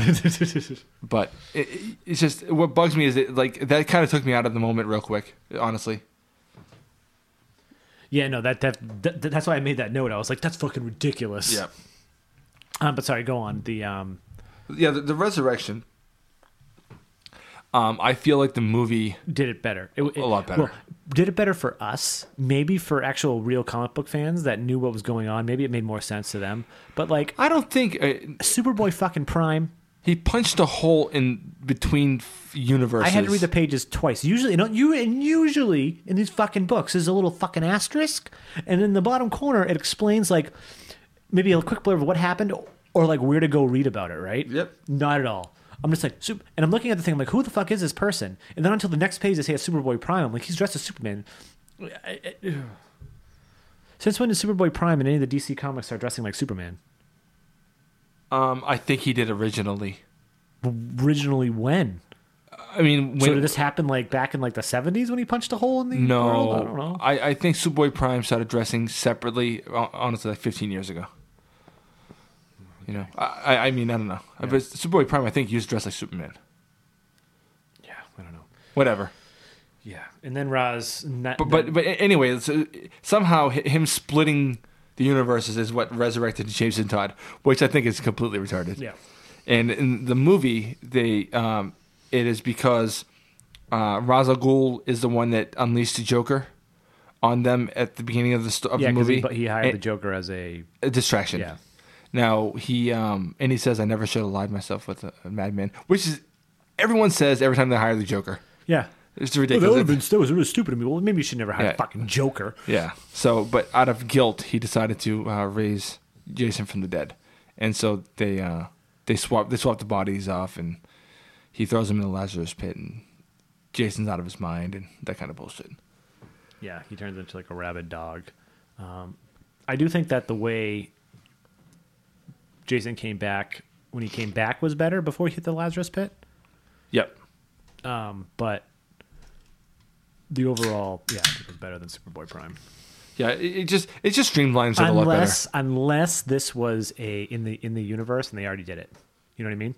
Speaker 2: but it, it- it's just what bugs me is that like that kind of took me out of the moment real quick honestly <laughs>
Speaker 1: yeah, no, that, that that that's why I made that note. I was like, that's fucking ridiculous. Um, but sorry, go on. The um,
Speaker 2: yeah the, the resurrection um i feel like the movie
Speaker 1: did it better. It, it-
Speaker 2: A lot better.
Speaker 1: Well, did it better for us? Maybe for actual real comic book fans that knew what was going on. Maybe it made more sense to them. But like
Speaker 2: i don't think uh,
Speaker 1: Superboy fucking Prime,
Speaker 2: he punched a hole in between f- universes
Speaker 1: I had to read the pages twice. Usually, you know, you and usually in these fucking books there's a little fucking asterisk, and in the bottom corner it explains like maybe a quick blurb of what happened or like where to go read about it. Right?
Speaker 2: Yep.
Speaker 1: Not at all. I'm just like, Sup- and I'm looking at the thing. I'm like, who the fuck is this person? And then until the next page, they say it's Superboy Prime. I'm like, he's dressed as Superman. <sighs> I- I- Since when did Superboy Prime and any of the DC comics start dressing like Superman?
Speaker 2: um i think he did originally
Speaker 1: Originally, when?
Speaker 2: i mean
Speaker 1: so
Speaker 2: when
Speaker 1: did this happen like back in like the 70s when he punched a hole in the
Speaker 2: no
Speaker 1: world? I don't know.
Speaker 2: I, I think superboy prime started dressing separately hon- honestly like 15 years ago you know i i, I mean i don't know but superboy prime i think used to dress like superman
Speaker 1: Yeah, I don't know.
Speaker 2: whatever
Speaker 1: Yeah, and then Raz. Not,
Speaker 2: But but but anyway, so somehow hi- him splitting the universes is what resurrected James and Todd, which I think is completely retarded.
Speaker 1: yeah,
Speaker 2: And in the movie, they um, it is because uh, Ra's al Ghul is the one that unleashed the Joker on them at the beginning of the sto- of
Speaker 1: yeah,
Speaker 2: the
Speaker 1: because
Speaker 2: movie.
Speaker 1: he, but he hired
Speaker 2: And-
Speaker 1: the Joker as a
Speaker 2: a distraction.
Speaker 1: Yeah.
Speaker 2: Now he um and he says I never should have lied myself with a, a madman, which is everyone says every time they hire the Joker.
Speaker 1: yeah.
Speaker 2: It's
Speaker 1: Well, that
Speaker 2: ridiculous.
Speaker 1: would have been that was really stupid of me. Well, maybe you should never hire a
Speaker 2: Yeah.
Speaker 1: fucking Joker.
Speaker 2: Yeah. So, but out of guilt, he decided to uh, raise Jason from the dead, and so they uh, they swap they swap the bodies off, and he throws him in the Lazarus pit, and Jason's out of his mind, and that kind of bullshit.
Speaker 1: Yeah, he turns into like a rabid dog. Um, I do think that the way Jason came back when he came back was better before he hit the Lazarus pit.
Speaker 2: Yep.
Speaker 1: Um, but the overall, yeah, I think it was better than Superboy Prime.
Speaker 2: Yeah. It, it just it just streamlines it a lot better.
Speaker 1: unless unless this was a in the in the universe and they already did it you know what i mean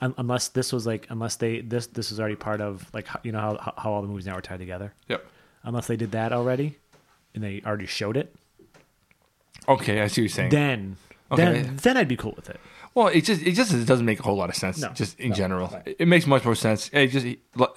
Speaker 1: Un- unless this was like unless they this this was already part of like how- you know how- how, how all the movies now are tied together
Speaker 2: Yep.
Speaker 1: unless they did that already and they already showed it
Speaker 2: Okay, I see what you're saying.
Speaker 1: then
Speaker 2: Okay.
Speaker 1: then then i'd be cool with it
Speaker 2: well, it just it just doesn't make a whole lot of sense.
Speaker 1: No.
Speaker 2: Just in
Speaker 1: No.
Speaker 2: general, it, it makes much more sense. It just, I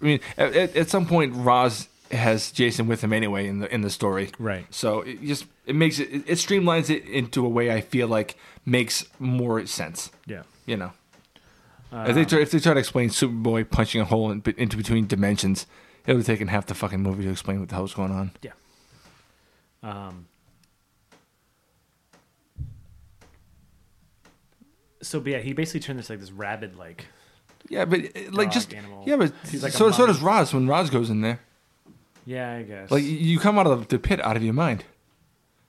Speaker 2: mean, at, at- at some point, Roz has Jason with him anyway in the in the story.
Speaker 1: right
Speaker 2: So it just it makes it it streamlines it into a way I feel like makes more sense.
Speaker 1: yeah Um,
Speaker 2: You know, if
Speaker 1: Uh.
Speaker 2: they try, if they try to explain Superboy punching a hole in, be- into between dimensions, it would have taken half the fucking movie to explain what the hell's going on.
Speaker 1: yeah um so but yeah he basically turned this like this rabid like
Speaker 2: Yeah, but uh, like
Speaker 1: Dog,
Speaker 2: just
Speaker 1: animal.
Speaker 2: yeah, but
Speaker 1: He's like a
Speaker 2: so so
Speaker 1: mummy.
Speaker 2: does Roz when Roz goes in there.
Speaker 1: yeah i guess
Speaker 2: Like you come out of the pit out of your mind.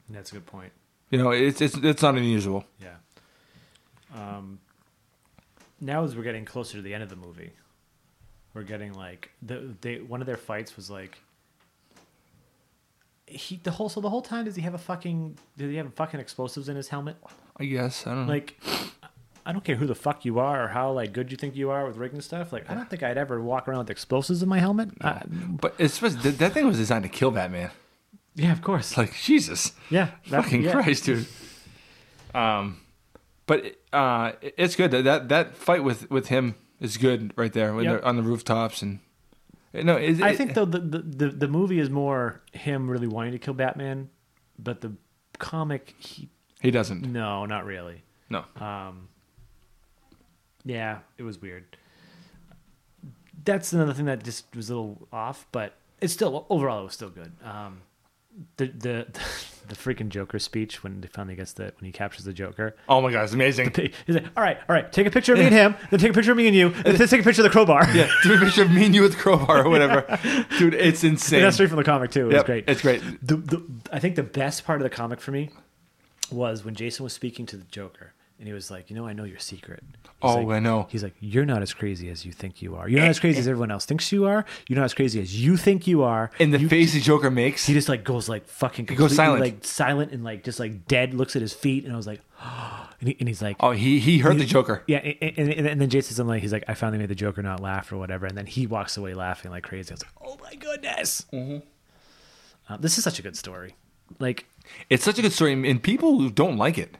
Speaker 1: that's a good point
Speaker 2: You know, it's it's it's not unusual.
Speaker 1: Yeah. Um, now as we're getting closer to the end of the movie, we're getting like the they one of their fights was like he the whole so the whole time does he have a fucking did he have fucking explosives in his helmet?
Speaker 2: I guess I don't know.
Speaker 1: Like I don't care who the fuck you are or how like good you think you are with rigging stuff. Like I don't think I'd ever walk around with explosives in my helmet. Uh,
Speaker 2: but it's supposed that, that thing was designed to kill Batman.
Speaker 1: yeah, of course.
Speaker 2: Like Jesus.
Speaker 1: yeah, that-
Speaker 2: Fucking
Speaker 1: yeah.
Speaker 2: Christ, dude. Um, but uh, it- it's good that that, that fight with, with him is good right there when
Speaker 1: Yep.
Speaker 2: they're on the rooftops and eh, no, it,
Speaker 1: I
Speaker 2: it-
Speaker 1: think though the, the the the movie is more him really wanting to kill Batman, but the comic he
Speaker 2: he doesn't.
Speaker 1: no, not really.
Speaker 2: No,
Speaker 1: Um, yeah, it was weird. That's another thing that just was a little off, but it's still overall it was still good. Um, the the <laughs> the freaking Joker speech when they finally gets the when he captures the Joker. <laughs>
Speaker 2: oh my god, it's amazing.
Speaker 1: He's like, "All right, all right, take a picture of me
Speaker 2: <laughs>
Speaker 1: and him, then take a picture of me and you, and then take a picture of the crowbar."
Speaker 2: yeah, do a picture of me and you with crowbar
Speaker 1: <laughs>
Speaker 2: or whatever, dude. It's insane.
Speaker 1: And <laughs> that's straight from the comic too. It was
Speaker 2: Yep,
Speaker 1: great.
Speaker 2: It's great.
Speaker 1: the, the I think the best part of the comic for me was when Jason was speaking to the Joker and he was like, "You know, I know your secret." He's
Speaker 2: Oh,
Speaker 1: like-
Speaker 2: I know.
Speaker 1: He's like, "You're not as crazy as you think you are. You're not as crazy as everyone else thinks you are. You're not as crazy as you think you are."
Speaker 2: And the
Speaker 1: You-
Speaker 2: face the Joker makes.
Speaker 1: he just like goes like fucking
Speaker 2: goes
Speaker 1: completely,
Speaker 2: silent.
Speaker 1: like silent and like just like dead. Looks at his feet and I was like, <gasps> and, he, and he's like,
Speaker 2: Oh, he he hurt the Joker.
Speaker 1: yeah, and, and, and then Jason says something like, he's like, I finally made the Joker not laugh or whatever. And then he walks away laughing like crazy. I was like, oh my goodness.
Speaker 2: Mm-hmm.
Speaker 1: Uh, this is such a good story. Like,
Speaker 2: It's such a good story, and people who don't like it.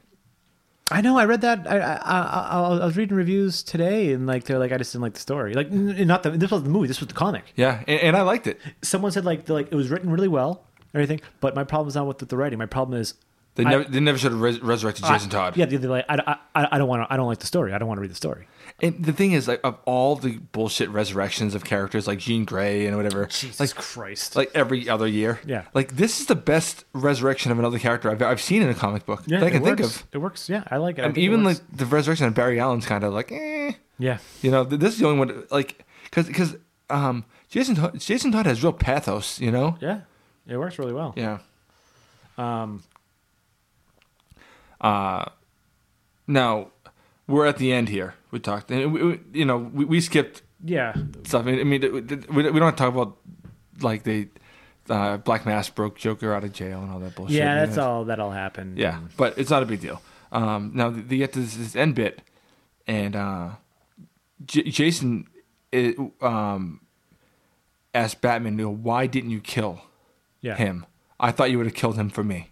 Speaker 1: I know I read that. I, I, I, I was reading reviews today and like, they're like, I just didn't like the story. Like, n- n- not the, this was the movie, this was the comic.
Speaker 2: Yeah, and, and I liked it.
Speaker 1: Someone said like, they're like, it was written really well, everything, but my problem is not with the writing. My problem is,
Speaker 2: They
Speaker 1: I-
Speaker 2: never they never should have res- resurrected Jason
Speaker 1: I-
Speaker 2: Todd.
Speaker 1: Yeah, they're like, I, I, I don't want to, I don't like the story. I don't want to read the story.
Speaker 2: And the thing is, like, of all the bullshit resurrections of characters like Jean Grey and whatever,
Speaker 1: Jesus
Speaker 2: like
Speaker 1: Christ.
Speaker 2: like every other year.
Speaker 1: Yeah.
Speaker 2: Like this is the best resurrection of another character I've, I've seen in a comic book
Speaker 1: yeah,
Speaker 2: that I can
Speaker 1: it
Speaker 2: think
Speaker 1: works.
Speaker 2: of.
Speaker 1: It works. Yeah, I like it. I
Speaker 2: And
Speaker 1: think it
Speaker 2: even
Speaker 1: works.
Speaker 2: like the resurrection of Barry Allen's kind of like, eh.
Speaker 1: yeah.
Speaker 2: You know, th- this is the only one like because because um Jason Todd, Jason Todd has real pathos. You know.
Speaker 1: Yeah, it works really well.
Speaker 2: Yeah. Um.
Speaker 1: Um,
Speaker 2: Uh, now we're at the end here. We talked, and we, we, you know, we, we skipped
Speaker 1: Yeah,
Speaker 2: stuff. I mean, we, we don't have to talk about like they uh, Black Mass broke Joker out of jail and all that bullshit.
Speaker 1: yeah, that's all. That'll happen.
Speaker 2: Yeah, but it's not a big deal. Um, now th- they get to this, this end bit, and uh, J- Jason it, um, asked Batman, you know, "Why didn't you kill
Speaker 1: yeah.
Speaker 2: him? I thought you would have killed him for me."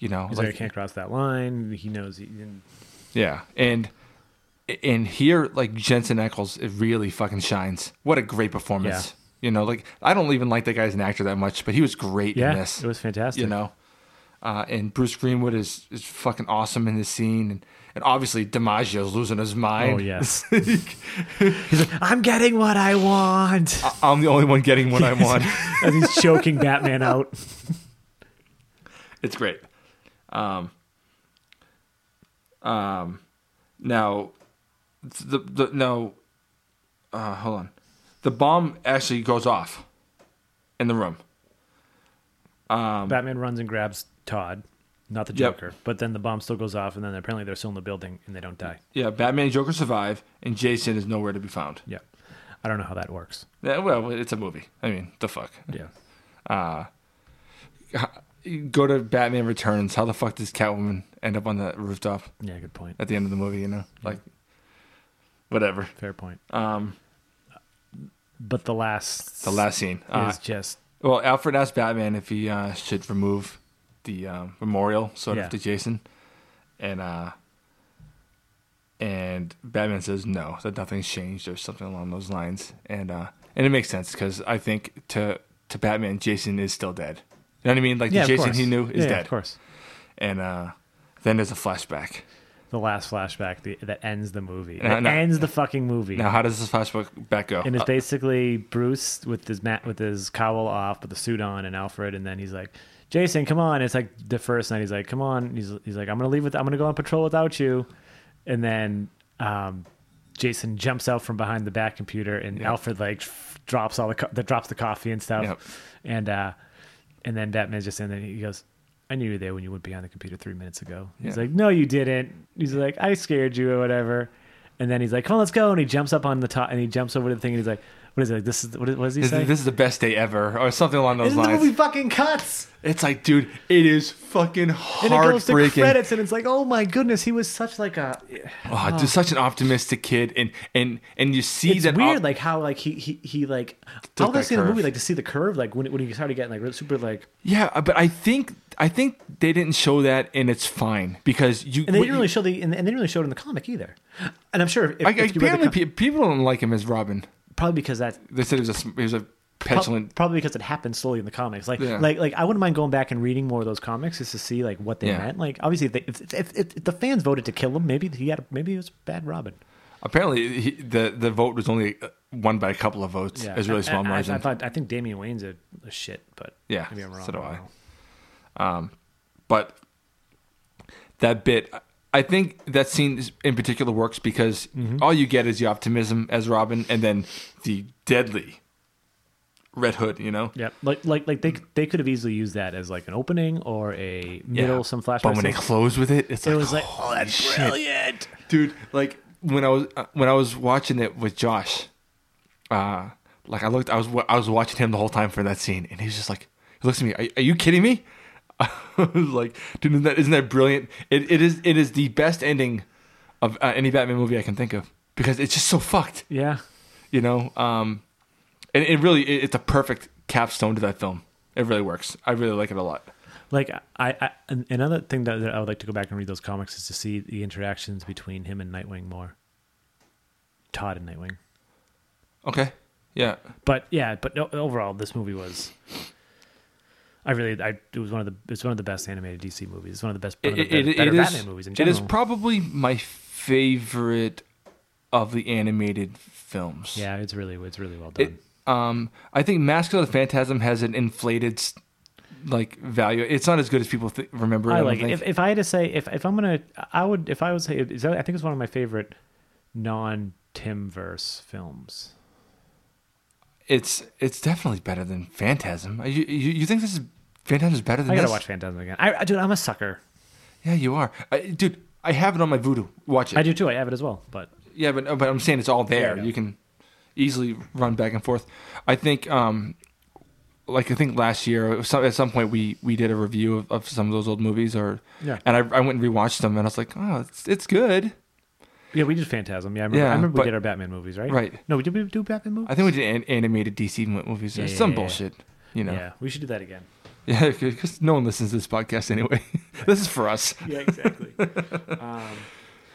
Speaker 2: You know,
Speaker 1: He's like, I can't cross that line. He knows. He,
Speaker 2: yeah, and and here like Jensen Ackles, it really fucking shines. What a great performance! You know, like I don't even like that guy as an actor that much, but he was great
Speaker 1: yeah,
Speaker 2: in this.
Speaker 1: it was fantastic.
Speaker 2: you know. Uh, and Bruce Greenwood is, is fucking awesome in this scene, and, and obviously DiMaggio's losing his mind.
Speaker 1: Oh
Speaker 2: <laughs>
Speaker 1: yes. <laughs> He's like, I'm getting what I want, <laughs>
Speaker 2: I- I'm the only one getting what I want.
Speaker 1: and he's choking Batman
Speaker 2: <laughs>
Speaker 1: out.
Speaker 2: It's great. Um, um, now, the the no, uh, hold on, the bomb actually goes off in the room.
Speaker 1: Batman runs and grabs Todd, not the
Speaker 2: Um, Yep.
Speaker 1: Joker. But then the bomb still goes off, and then apparently they're still in the building and they don't die.
Speaker 2: Yeah, Batman and Joker survive, and Jason is nowhere to be found.
Speaker 1: Yeah, I don't know how that works.
Speaker 2: Yeah, well, it's a movie. I mean, the fuck.
Speaker 1: Yeah.
Speaker 2: Go to Batman Returns. How the fuck does Catwoman end up on the rooftop
Speaker 1: Yeah. Good point.
Speaker 2: at the end of the movie? You know, like whatever.
Speaker 1: Fair point.
Speaker 2: Um,
Speaker 1: But the last.
Speaker 2: the last scene. Uh,
Speaker 1: is just
Speaker 2: Well, Alfred asked Batman if he uh, should remove the um, memorial, sort
Speaker 1: Yeah.
Speaker 2: of, to Jason, and uh, and Batman says no, that nothing's changed or something along those lines, and uh, and it makes sense because I think to to Batman, Jason is still dead. You know what I mean? Like
Speaker 1: yeah. of
Speaker 2: the Jason
Speaker 1: course.
Speaker 2: he knew
Speaker 1: Yeah,
Speaker 2: is
Speaker 1: yeah,
Speaker 2: dead,
Speaker 1: Of course.
Speaker 2: and uh, then there's a flashback.
Speaker 1: the last flashback the, that ends the movie.
Speaker 2: No,
Speaker 1: that
Speaker 2: no.
Speaker 1: ends the fucking movie.
Speaker 2: Now, how does this flashback back go?
Speaker 1: And it's
Speaker 2: Uh,
Speaker 1: basically Bruce with his mat with his cowl off, with the suit on, and Alfred. And then he's like, "Jason, come on!" It's like the first night. He's like, "Come on!" He's he's like, "I'm gonna leave with. I'm gonna go on patrol without you." And then um, Jason jumps out from behind the back computer, and Alfred like f- drops all the co- that drops the coffee and stuff.
Speaker 2: Yep.
Speaker 1: And uh, and then Batman's just in there. and He goes. I knew you were there when you went behind the computer three minutes ago. He's
Speaker 2: Yeah.
Speaker 1: like, no, you didn't. He's like, I scared you or whatever. And then he's like, come on, let's go. And he jumps up on the top and he jumps over to the thing and he's like, what is it? Like, this is what, is, what does he
Speaker 2: this,
Speaker 1: say?
Speaker 2: this is the best day ever, or something along those
Speaker 1: and then
Speaker 2: lines.
Speaker 1: the movie fucking cuts.
Speaker 2: It's like, dude, it is
Speaker 1: And
Speaker 2: fucking
Speaker 1: it goes to
Speaker 2: heartbreaking.
Speaker 1: credits and it's like, oh my goodness, he was such like a.
Speaker 2: Oh, just such an optimistic kid, and and and you see
Speaker 1: It's
Speaker 2: that op-
Speaker 1: weird, like how like he he, he like. I was
Speaker 2: that
Speaker 1: seeing the
Speaker 2: curve.
Speaker 1: movie like to see the curve, like when when he started getting like really super like
Speaker 2: yeah, uh, but I think I think they didn't show that, and it's fine because you.
Speaker 1: And they
Speaker 2: what
Speaker 1: didn't really show the and they didn't really show it in the comic either. And I'm sure if,
Speaker 2: you- I,
Speaker 1: if you read the
Speaker 2: apparently,
Speaker 1: com-
Speaker 2: pe- people don't like him as Robin.
Speaker 1: probably because that
Speaker 2: They said he was a sm- he was a
Speaker 1: prob-
Speaker 2: petulant.
Speaker 1: probably because it happened slowly in the comics. Like
Speaker 2: Yeah.
Speaker 1: like like I wouldn't mind going back and reading more of those comics just to see like what they
Speaker 2: Yeah.
Speaker 1: meant. Like obviously if, they, if, if, if, if the fans voted to kill him, maybe he had a, maybe he was a bad Robin.
Speaker 2: Apparently, he, the the vote was only uh, won by a couple of votes. It was a really small
Speaker 1: I, I-
Speaker 2: margin.
Speaker 1: I, thought I think Damian Wayne's a, a shit, but
Speaker 2: Yeah,
Speaker 1: maybe I'm wrong.
Speaker 2: so do I.
Speaker 1: don't know.
Speaker 2: but that bit i think that scene is- in particular works because
Speaker 1: Mm-hmm.
Speaker 2: all you get is the optimism as robin and then the deadly red hood you know
Speaker 1: Yeah, like like like they they could have easily used that as like an opening or a
Speaker 2: Yeah.
Speaker 1: middle, some flashback.
Speaker 2: but when they
Speaker 1: scene.
Speaker 2: close with it it's
Speaker 1: it
Speaker 2: like,
Speaker 1: was like,
Speaker 2: "Holy
Speaker 1: oh, that's
Speaker 2: shit."
Speaker 1: brilliant.
Speaker 2: dude like when i was uh, when i was watching it with josh uh like i looked i was wa- i was watching him the whole time for that scene and he was just like he looks at me are, are you kidding me <laughs> i was like dude isn't that, isn't that brilliant it, it is it is the best ending of uh, any batman movie i can think of because it's just so fucked
Speaker 1: Yeah,
Speaker 2: you know um and it really it, it's a perfect capstone to that film it really works i really like it a lot
Speaker 1: like I, I an- another thing that, that I would like to go back and read those comics is to see the interactions between him and Nightwing more. Todd and Nightwing,
Speaker 2: okay yeah
Speaker 1: but yeah, but o- overall, this movie was. I really, I it was one of the it's one of the best animated DC movies. It's one of the best, one of the be- better Batman movies in
Speaker 2: it
Speaker 1: general.
Speaker 2: is probably my favorite of the animated films.
Speaker 1: yeah, it's really it's really well done.
Speaker 2: It, um, I think Mask of the Phantasm has an inflated s- like value. It's not as good as people th- remember.
Speaker 1: I
Speaker 2: don't
Speaker 1: like it.
Speaker 2: think.
Speaker 1: If, if I had to say, if, if I'm gonna, I would, if I was, is that, I think it's one of my favorite non Timverse films.
Speaker 2: It's it's definitely better than Phantasm. You you, you think this is Phantasm is better than
Speaker 1: I gotta
Speaker 2: this?
Speaker 1: watch Phantasm again. I, I dude, I'm a sucker.
Speaker 2: Yeah, you are, I, dude. I have it on my Voodoo. Watch it.
Speaker 1: I do too. I have it as well, but
Speaker 2: Yeah, but but I'm saying it's all
Speaker 1: Yeah, I
Speaker 2: there.
Speaker 1: know.
Speaker 2: you can easily run back and forth. I think, um, like I think last year, some, at some point we we did a review of, of some of those old movies, or
Speaker 1: Yeah.
Speaker 2: and I I went and rewatched them, and I was like, oh, it's it's good.
Speaker 1: yeah, we did Phantasm. Yeah, I remember,
Speaker 2: Yeah,
Speaker 1: I remember
Speaker 2: but-
Speaker 1: we did our Batman movies, right?
Speaker 2: Right.
Speaker 1: No, did we do Batman movies?
Speaker 2: I think we did an, animated DC mo- movies, or
Speaker 1: Yeah, yeah,
Speaker 2: some
Speaker 1: yeah, yeah.
Speaker 2: bullshit, you know.
Speaker 1: Yeah, we should do that again.
Speaker 2: <laughs> Yeah, because no one listens to this podcast anyway. <laughs> this is for us.
Speaker 1: <laughs> Yeah, exactly. um,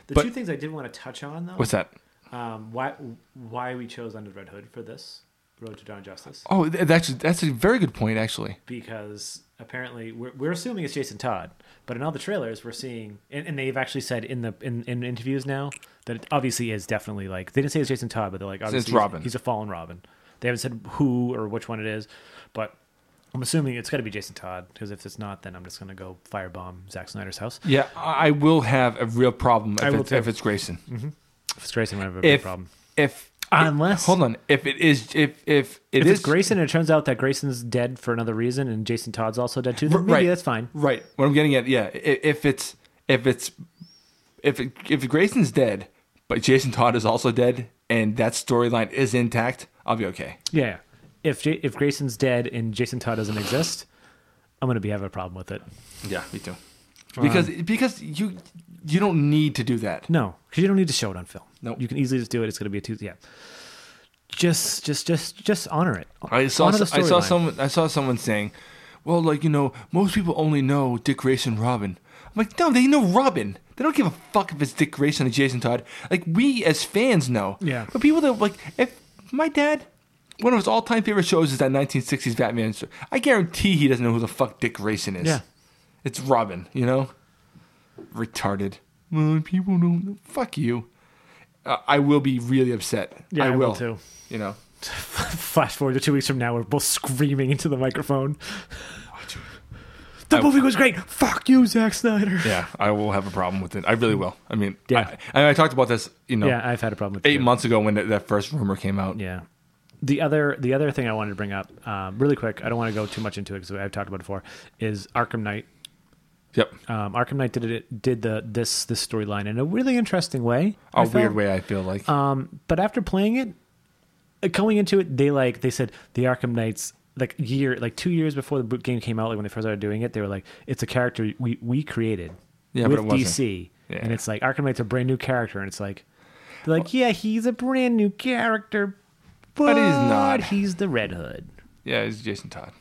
Speaker 1: the
Speaker 2: But-
Speaker 1: two things I did want to touch on though,
Speaker 2: What's that?
Speaker 1: um, why why we chose Under the Red Hood for this Road to Dawn Justice.
Speaker 2: Oh, th- that's that's a very good point, actually.
Speaker 1: because apparently we're, we're assuming it's Jason Todd, but in all the trailers we're seeing, and, and they've actually said in the in, in interviews now that it obviously is definitely like they didn't say it's Jason Todd, but they're like obviously he's-
Speaker 2: Robin.
Speaker 1: He's a fallen Robin. They haven't said who or which one it is, but I'm assuming it's got to be Jason Todd because if it's not, then I'm just gonna go firebomb Zack Snyder's house.
Speaker 2: Yeah, I I will have a real problem
Speaker 1: I
Speaker 2: if,
Speaker 1: will
Speaker 2: it's,
Speaker 1: too.
Speaker 2: if it's Grayson.
Speaker 1: If it's Grayson, whatever,
Speaker 2: If
Speaker 1: problem.
Speaker 2: if
Speaker 1: Unless-
Speaker 2: hold on, if it is if if it
Speaker 1: If
Speaker 2: is
Speaker 1: it's Grayson and it turns out that Grayson's dead for another reason and Jason Todd's also dead too, then maybe
Speaker 2: right.
Speaker 1: that's fine.
Speaker 2: Right. What I'm getting at, yeah. i- If it's if it's if it, if Grayson's dead, but Jason Todd is also dead, and that storyline is intact, I'll be okay.
Speaker 1: Yeah. If J- if Grayson's dead and Jason Todd doesn't exist, I'm gonna be having a problem with it.
Speaker 2: Yeah, me too. Because because you you don't need to do that.
Speaker 1: No, because you don't need to show it on film.
Speaker 2: Nope.
Speaker 1: you can easily just do it. It's gonna be a two. Yeah. Just just just just honor it.
Speaker 2: I saw
Speaker 1: Honor the
Speaker 2: I saw
Speaker 1: storyline.
Speaker 2: someone I saw someone saying, "Well, like you know, most people only know Dick Grayson, Robin." I'm like, no, they know Robin. They don't give a fuck if it's Dick Grayson or Jason Todd. Like we as fans know.
Speaker 1: Yeah.
Speaker 2: But people that like, if my dad, one of his all-time favorite shows is that 1960s Batman. Show. I guarantee he doesn't know who the fuck Dick Grayson is.
Speaker 1: Yeah.
Speaker 2: It's Robin. You know. Retarded. Well, people don't. know. Fuck you. Uh, I will be really upset.
Speaker 1: Yeah,
Speaker 2: I,
Speaker 1: I will
Speaker 2: will
Speaker 1: too.
Speaker 2: You know.
Speaker 1: <laughs> Flash forward to two weeks from now, we're both screaming into the microphone. The movie was great. Fuck you, Zack Snyder.
Speaker 2: Yeah, I will have a problem with it. I really will. I mean,
Speaker 1: Yeah.
Speaker 2: I, and I talked about this, you know,
Speaker 1: Yeah, I've had a problem with it.
Speaker 2: eight months ago when that, that first rumor came out.
Speaker 1: Yeah. The other the other thing I wanted to bring up, um, really quick, I don't want to go too much into it because I've talked about it before, is Arkham Knight
Speaker 2: Yep,
Speaker 1: um, Arkham Knight did it did the this this storyline in a really interesting way.
Speaker 2: a
Speaker 1: I
Speaker 2: weird
Speaker 1: felt.
Speaker 2: way. I feel like
Speaker 1: Um, but after playing it, uh, going into it, they like they said the Arkham Knights like year like two years before the boot game came out, like when they first started doing it, they were like, it's a character we we created
Speaker 2: Yeah, but
Speaker 1: with
Speaker 2: it wasn't.
Speaker 1: DC, and
Speaker 2: Yeah.
Speaker 1: it's like Arkham Knight's a brand new character, and it's like they're like yeah, he's a brand new character, but,
Speaker 2: he's not.
Speaker 1: He's the Red Hood.
Speaker 2: yeah, it's Jason Todd.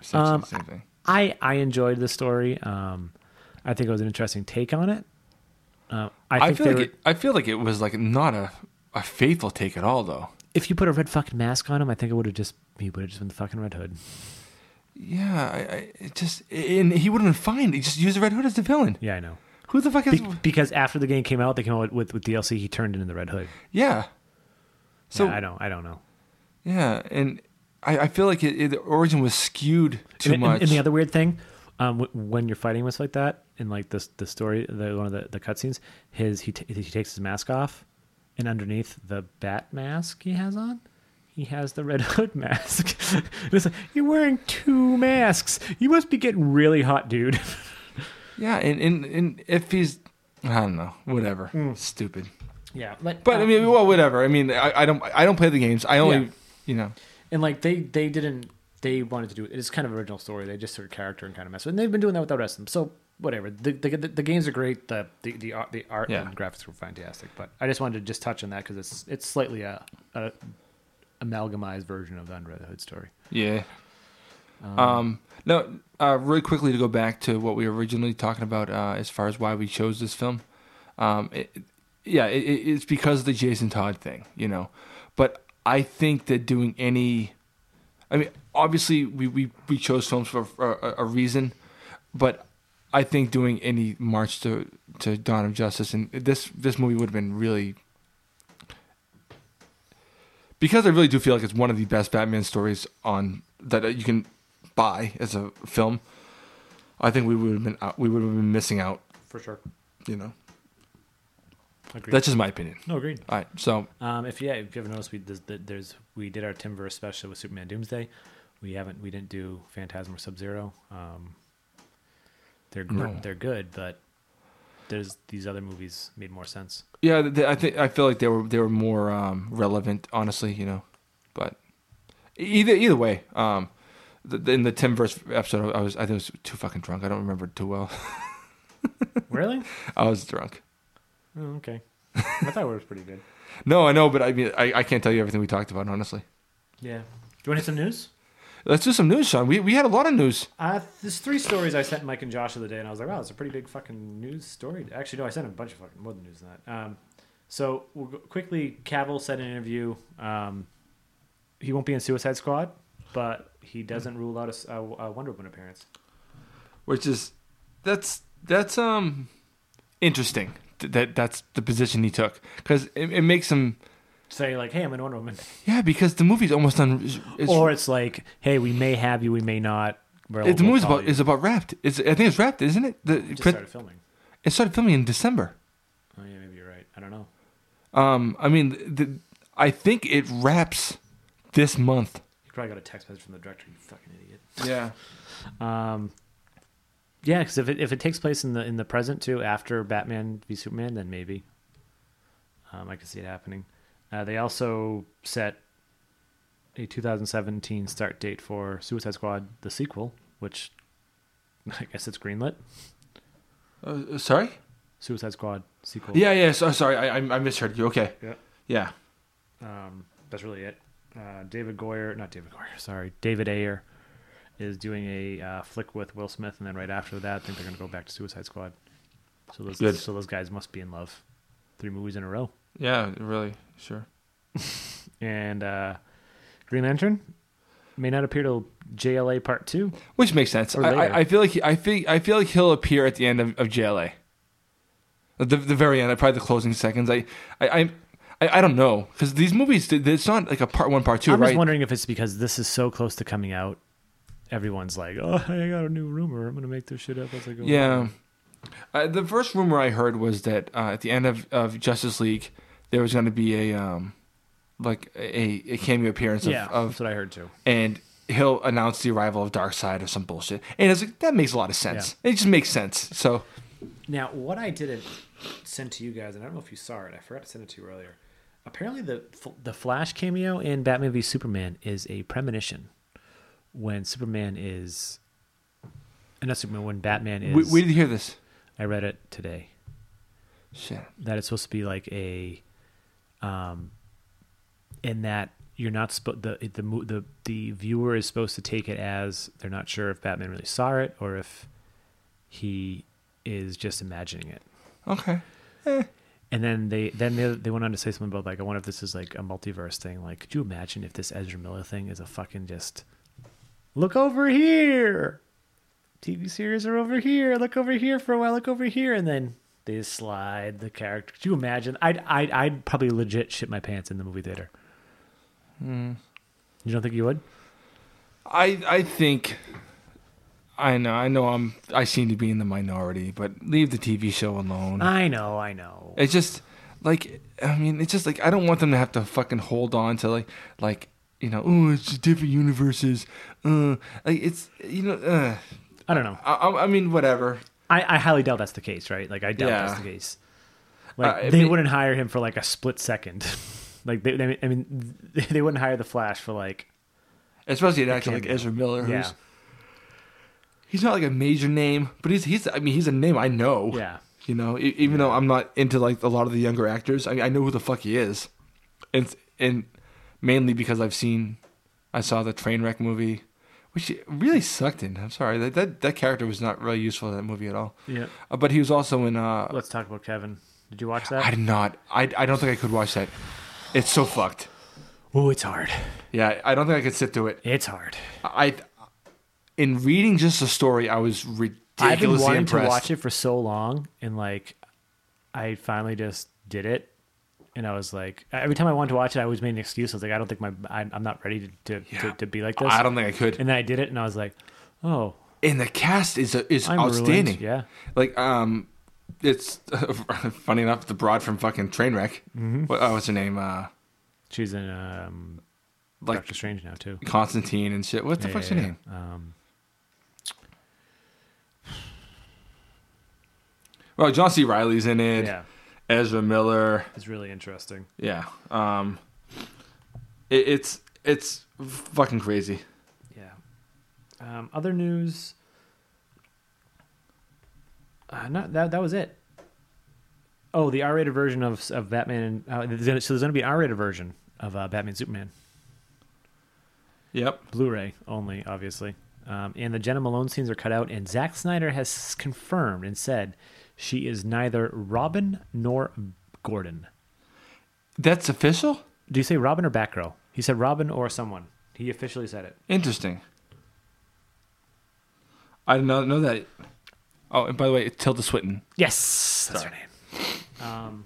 Speaker 2: Same, same-
Speaker 1: um,
Speaker 2: same thing.
Speaker 1: I I enjoyed the story. Um, I think it was an interesting take on it. Uh, I
Speaker 2: I,
Speaker 1: think
Speaker 2: feel
Speaker 1: they
Speaker 2: like
Speaker 1: were,
Speaker 2: it, I feel like it was like not a, a faithful take at all though.
Speaker 1: if you put a red fucking mask on him, I think it would have just he would have just been the fucking Red Hood.
Speaker 2: Yeah, I, I it just and he would have been fine. He just used the Red Hood as the villain.
Speaker 1: Yeah, I know.
Speaker 2: Who the fuck is?
Speaker 1: Be- because after the game came out, they came out with, with, with DLC. He turned into the Red Hood.
Speaker 2: yeah. So
Speaker 1: So I don't I don't know.
Speaker 2: yeah, and I, I feel like it, it, the origin was skewed too
Speaker 1: and, and-
Speaker 2: much.
Speaker 1: And, the other weird thing, um, w- when you're fighting with like that, in like this the story, the one of the, the cutscenes, his he t- he takes his mask off, and underneath the bat mask he has on, he has the red <laughs> hood mask. and it's like you're wearing two masks. You must be getting really hot, dude. <laughs>
Speaker 2: yeah, and, and and if he's, I don't know, whatever, stupid.
Speaker 1: yeah, but um,
Speaker 2: But I mean, well, whatever. I mean, I, I don't I don't play the games. I only
Speaker 1: Yeah.
Speaker 2: you know.
Speaker 1: and like they they didn't they wanted to do it. It's kind of original story. They just sort of character and kind of mess with. it. And they've been doing that with the rest of them. So whatever. The the, the, the games are great. The the the art, the art
Speaker 2: Yeah.
Speaker 1: and graphics were fantastic. But I just wanted to just touch on that because it's it's slightly a, a amalgamized version of the Under the Hood story.
Speaker 2: Yeah. Um, no, uh, really quickly to go back to what we were originally talking about uh, as far as why we chose this film. Um, it, it- yeah, it, it- it's because of the Jason Todd thing, you know. But I think that doing any, I mean, obviously we we, we chose films for, for a, a reason, but I think doing any march to to Dawn of Justice and this this movie would have been really. Because I really do feel like it's one of the best Batman stories on that you can buy as a film, I think we would have been out, we would have been missing out.
Speaker 1: For sure.
Speaker 2: You know,
Speaker 1: Agreed.
Speaker 2: that's just my opinion.
Speaker 1: no agreed.
Speaker 2: All right, so
Speaker 1: Um, if yeah, if you haven't noticed, we there's, there's we did our Timverse special with Superman Doomsday. We haven't we didn't do Phantasm or Sub Zero. Um, they're gr-
Speaker 2: No.
Speaker 1: they're good, but there's these other movies made more sense.
Speaker 2: yeah, th- th- I think I feel like they were they were more um, relevant, honestly. You know, but e, either either way, um, the, the- in the Tim verse episode, I was I think I was too fucking drunk. I don't remember it too well. <laughs>
Speaker 1: really?
Speaker 2: I was drunk.
Speaker 1: Oh, okay. I thought it was pretty good.
Speaker 2: No, I know, but I mean, I, I can't tell you everything we talked about, honestly.
Speaker 1: Yeah. Do you want to hit some news?
Speaker 2: Let's do some news, Sean. We we had a lot of news.
Speaker 1: Uh, there's three stories I sent Mike and Josh the other day, and I was like, wow, that's a pretty big fucking news story. Actually, no, I sent him a bunch of fucking more than news than that. Um, so we'll go, quickly, Cavill said in an interview um, he won't be in Suicide Squad, but he doesn't rule out a s- a, a Wonder Woman appearance.
Speaker 2: which is that's that's um interesting th- that that's the position he took because it, it makes him
Speaker 1: Say like, hey, I'm in Wonder Woman,
Speaker 2: yeah because the movie's almost done it's, it's-
Speaker 1: or it's like, hey, we may have you, we may not. We'll,
Speaker 2: it- the
Speaker 1: we'll
Speaker 2: movie's
Speaker 1: call
Speaker 2: about
Speaker 1: you.
Speaker 2: is about wrapped it's I think it's wrapped isn't it the
Speaker 1: Just
Speaker 2: pre-
Speaker 1: started filming.
Speaker 2: it started filming in December
Speaker 1: Oh yeah, maybe you're right. I don't know.
Speaker 2: um I mean the, I think it wraps this month
Speaker 1: You probably got a text message from the director. You fucking idiot.
Speaker 2: yeah
Speaker 1: Um, yeah, because if it if it takes place in the in the present too, after Batman v Superman, then maybe um, I could see it happening. Uh, they also set a 2017 start date for Suicide Squad, the sequel, which <laughs> I guess it's greenlit.
Speaker 2: uh, sorry
Speaker 1: Suicide Squad sequel.
Speaker 2: yeah yeah so, sorry I, I I misheard you okay
Speaker 1: Oh. Yeah.
Speaker 2: yeah
Speaker 1: Um, that's really it. Uh, David Goyer, not David Goyer, sorry, David Ayer is doing a uh, flick with Will Smith, and then right after that, I think they're going to go back to Suicide Squad. So those,
Speaker 2: Good.
Speaker 1: so those guys must be in love. Three movies in a row.
Speaker 2: yeah really sure
Speaker 1: And uh, Green Lantern may not appear till JLA Part Two.
Speaker 2: Which makes sense.
Speaker 1: Or
Speaker 2: I,
Speaker 1: later.
Speaker 2: I, I feel like he, I feel I feel like he'll appear at the end of, of JLA, At the the very end, probably the closing seconds. I I I, I, I don't know because these movies th- it's not like a part one, part 2
Speaker 1: I'm
Speaker 2: right?
Speaker 1: just wondering if it's because this is so close to coming out. Everyone's like, "Oh, <laughs> I got a new rumor. I'm going to make this shit up as I go."
Speaker 2: yeah, uh, the first rumor I heard was that uh, at the end of, of Justice League there was going to be a um like a, a cameo appearance of,
Speaker 1: yeah, that's
Speaker 2: of
Speaker 1: what I heard too.
Speaker 2: and he'll announce the arrival of Darkseid or some bullshit. And it's like that makes a lot of sense. It just makes sense. So
Speaker 1: Now, what I didn't send to you guys, and I don't know if you saw it, I forgot to send it to you earlier. Apparently, the the Flash cameo in Batman v Superman is a premonition when Superman is, and not Superman when Batman is.
Speaker 2: we, we did hear this.
Speaker 1: I read it today
Speaker 2: Shit.
Speaker 1: that it's supposed to be like a, um, in that you're not spo- the the mo- the the viewer is supposed to take it as they're not sure if Batman really saw it or if he is just imagining it.
Speaker 2: Okay.
Speaker 1: And then they then they, they went on to say something about like I wonder if this is like a multiverse thing. Like, could you imagine if this Ezra Miller thing is a fucking just look over here? TV series are over here. Look over here for a while. Look over here, and then they just slide the character. Could you imagine? I'd I'd, I'd probably legit shit my pants in the movie theater. You don't think you would?
Speaker 2: I I think I know I know I'm I seem to be in the minority, but leave the TV show alone.
Speaker 1: I know, I know.
Speaker 2: It's just like I mean, it's just like I don't want them to have to fucking hold on to like like you know, oh, it's just different universes. Uh, like it's you know, uh,
Speaker 1: I don't know.
Speaker 2: I, I- I mean, whatever.
Speaker 1: I, I highly doubt that's the case, right? Like I doubt
Speaker 2: Yeah.
Speaker 1: that's the case. Like
Speaker 2: Uh, I
Speaker 1: they
Speaker 2: mean-
Speaker 1: wouldn't hire him for like a split second. <laughs> like they, they, I mean, <laughs> they wouldn't hire the Flash for like
Speaker 2: Especially an actor like
Speaker 1: cameo.
Speaker 2: Ezra Miller, Uh, who's
Speaker 1: yeah,
Speaker 2: he's not like a major name, but he's he's I mean, he's a name I know.
Speaker 1: yeah,
Speaker 2: You know, e- even though I'm not into like a lot of the younger actors, I, I know who the fuck he is, and and mainly because I've seen, I saw the Trainwreck movie, which really sucked in. I'm sorry that that, that character was not really useful in that movie at all.
Speaker 1: yeah.
Speaker 2: Uh, but he was also in. Uh,
Speaker 1: Let's talk about Kevin. Did you watch
Speaker 2: I
Speaker 1: that?
Speaker 2: did not. I I don't think I could watch that. It's so fucked.
Speaker 1: Oh, it's hard.
Speaker 2: Yeah, I don't think I could sit through it.
Speaker 1: It's hard.
Speaker 2: I, in reading just the story, I was ridiculously
Speaker 1: I've been wanting
Speaker 2: impressed.
Speaker 1: to watch it for so long, and like, I finally just did it. And I was like, e-, every time I wanted to watch it, I always made an excuse. I was like, I don't think my, I, I'm not ready to to, to
Speaker 2: Yeah.
Speaker 1: to be like this.
Speaker 2: I don't think I could.
Speaker 1: And then I did it, and I was like, oh,
Speaker 2: and the cast is is
Speaker 1: I'm
Speaker 2: outstanding.
Speaker 1: Ruined. Yeah.
Speaker 2: Like, um, it's <laughs> funny enough, the broad from fucking Trainwreck.
Speaker 1: Mm-hmm.
Speaker 2: What, uh, what's her name? Uh,
Speaker 1: She's in um,
Speaker 2: like
Speaker 1: Doctor Strange now too.
Speaker 2: Constantine and shit. What the
Speaker 1: Yeah,
Speaker 2: fuck's
Speaker 1: yeah,
Speaker 2: her
Speaker 1: yeah.
Speaker 2: name?
Speaker 1: Um,
Speaker 2: Well, John C. Riley's in it.
Speaker 1: yeah,
Speaker 2: Ezra Miller.
Speaker 1: it's really interesting.
Speaker 2: Yeah. Um, it, it's it's fucking crazy.
Speaker 1: Yeah. Um, other news. Uh, not that that was it. Oh, the R-rated version of of Batman. and- Uh, there's gonna- so there's going to be an R-rated version of uh, Batman Superman,
Speaker 2: Yep.
Speaker 1: Blu-ray only, obviously. Um, and the Jenna Malone scenes are cut out. And Zack Snyder has confirmed and said she is neither Robin nor Gordon.
Speaker 2: That's official.
Speaker 1: Do you say Robin or Batgirl? He said Robin or someone. He officially said it.
Speaker 2: Interesting. I did not know that. Oh, and by the way, it's Tilda Swinton.
Speaker 1: Yes, that's
Speaker 2: Sorry.
Speaker 1: her name. Um,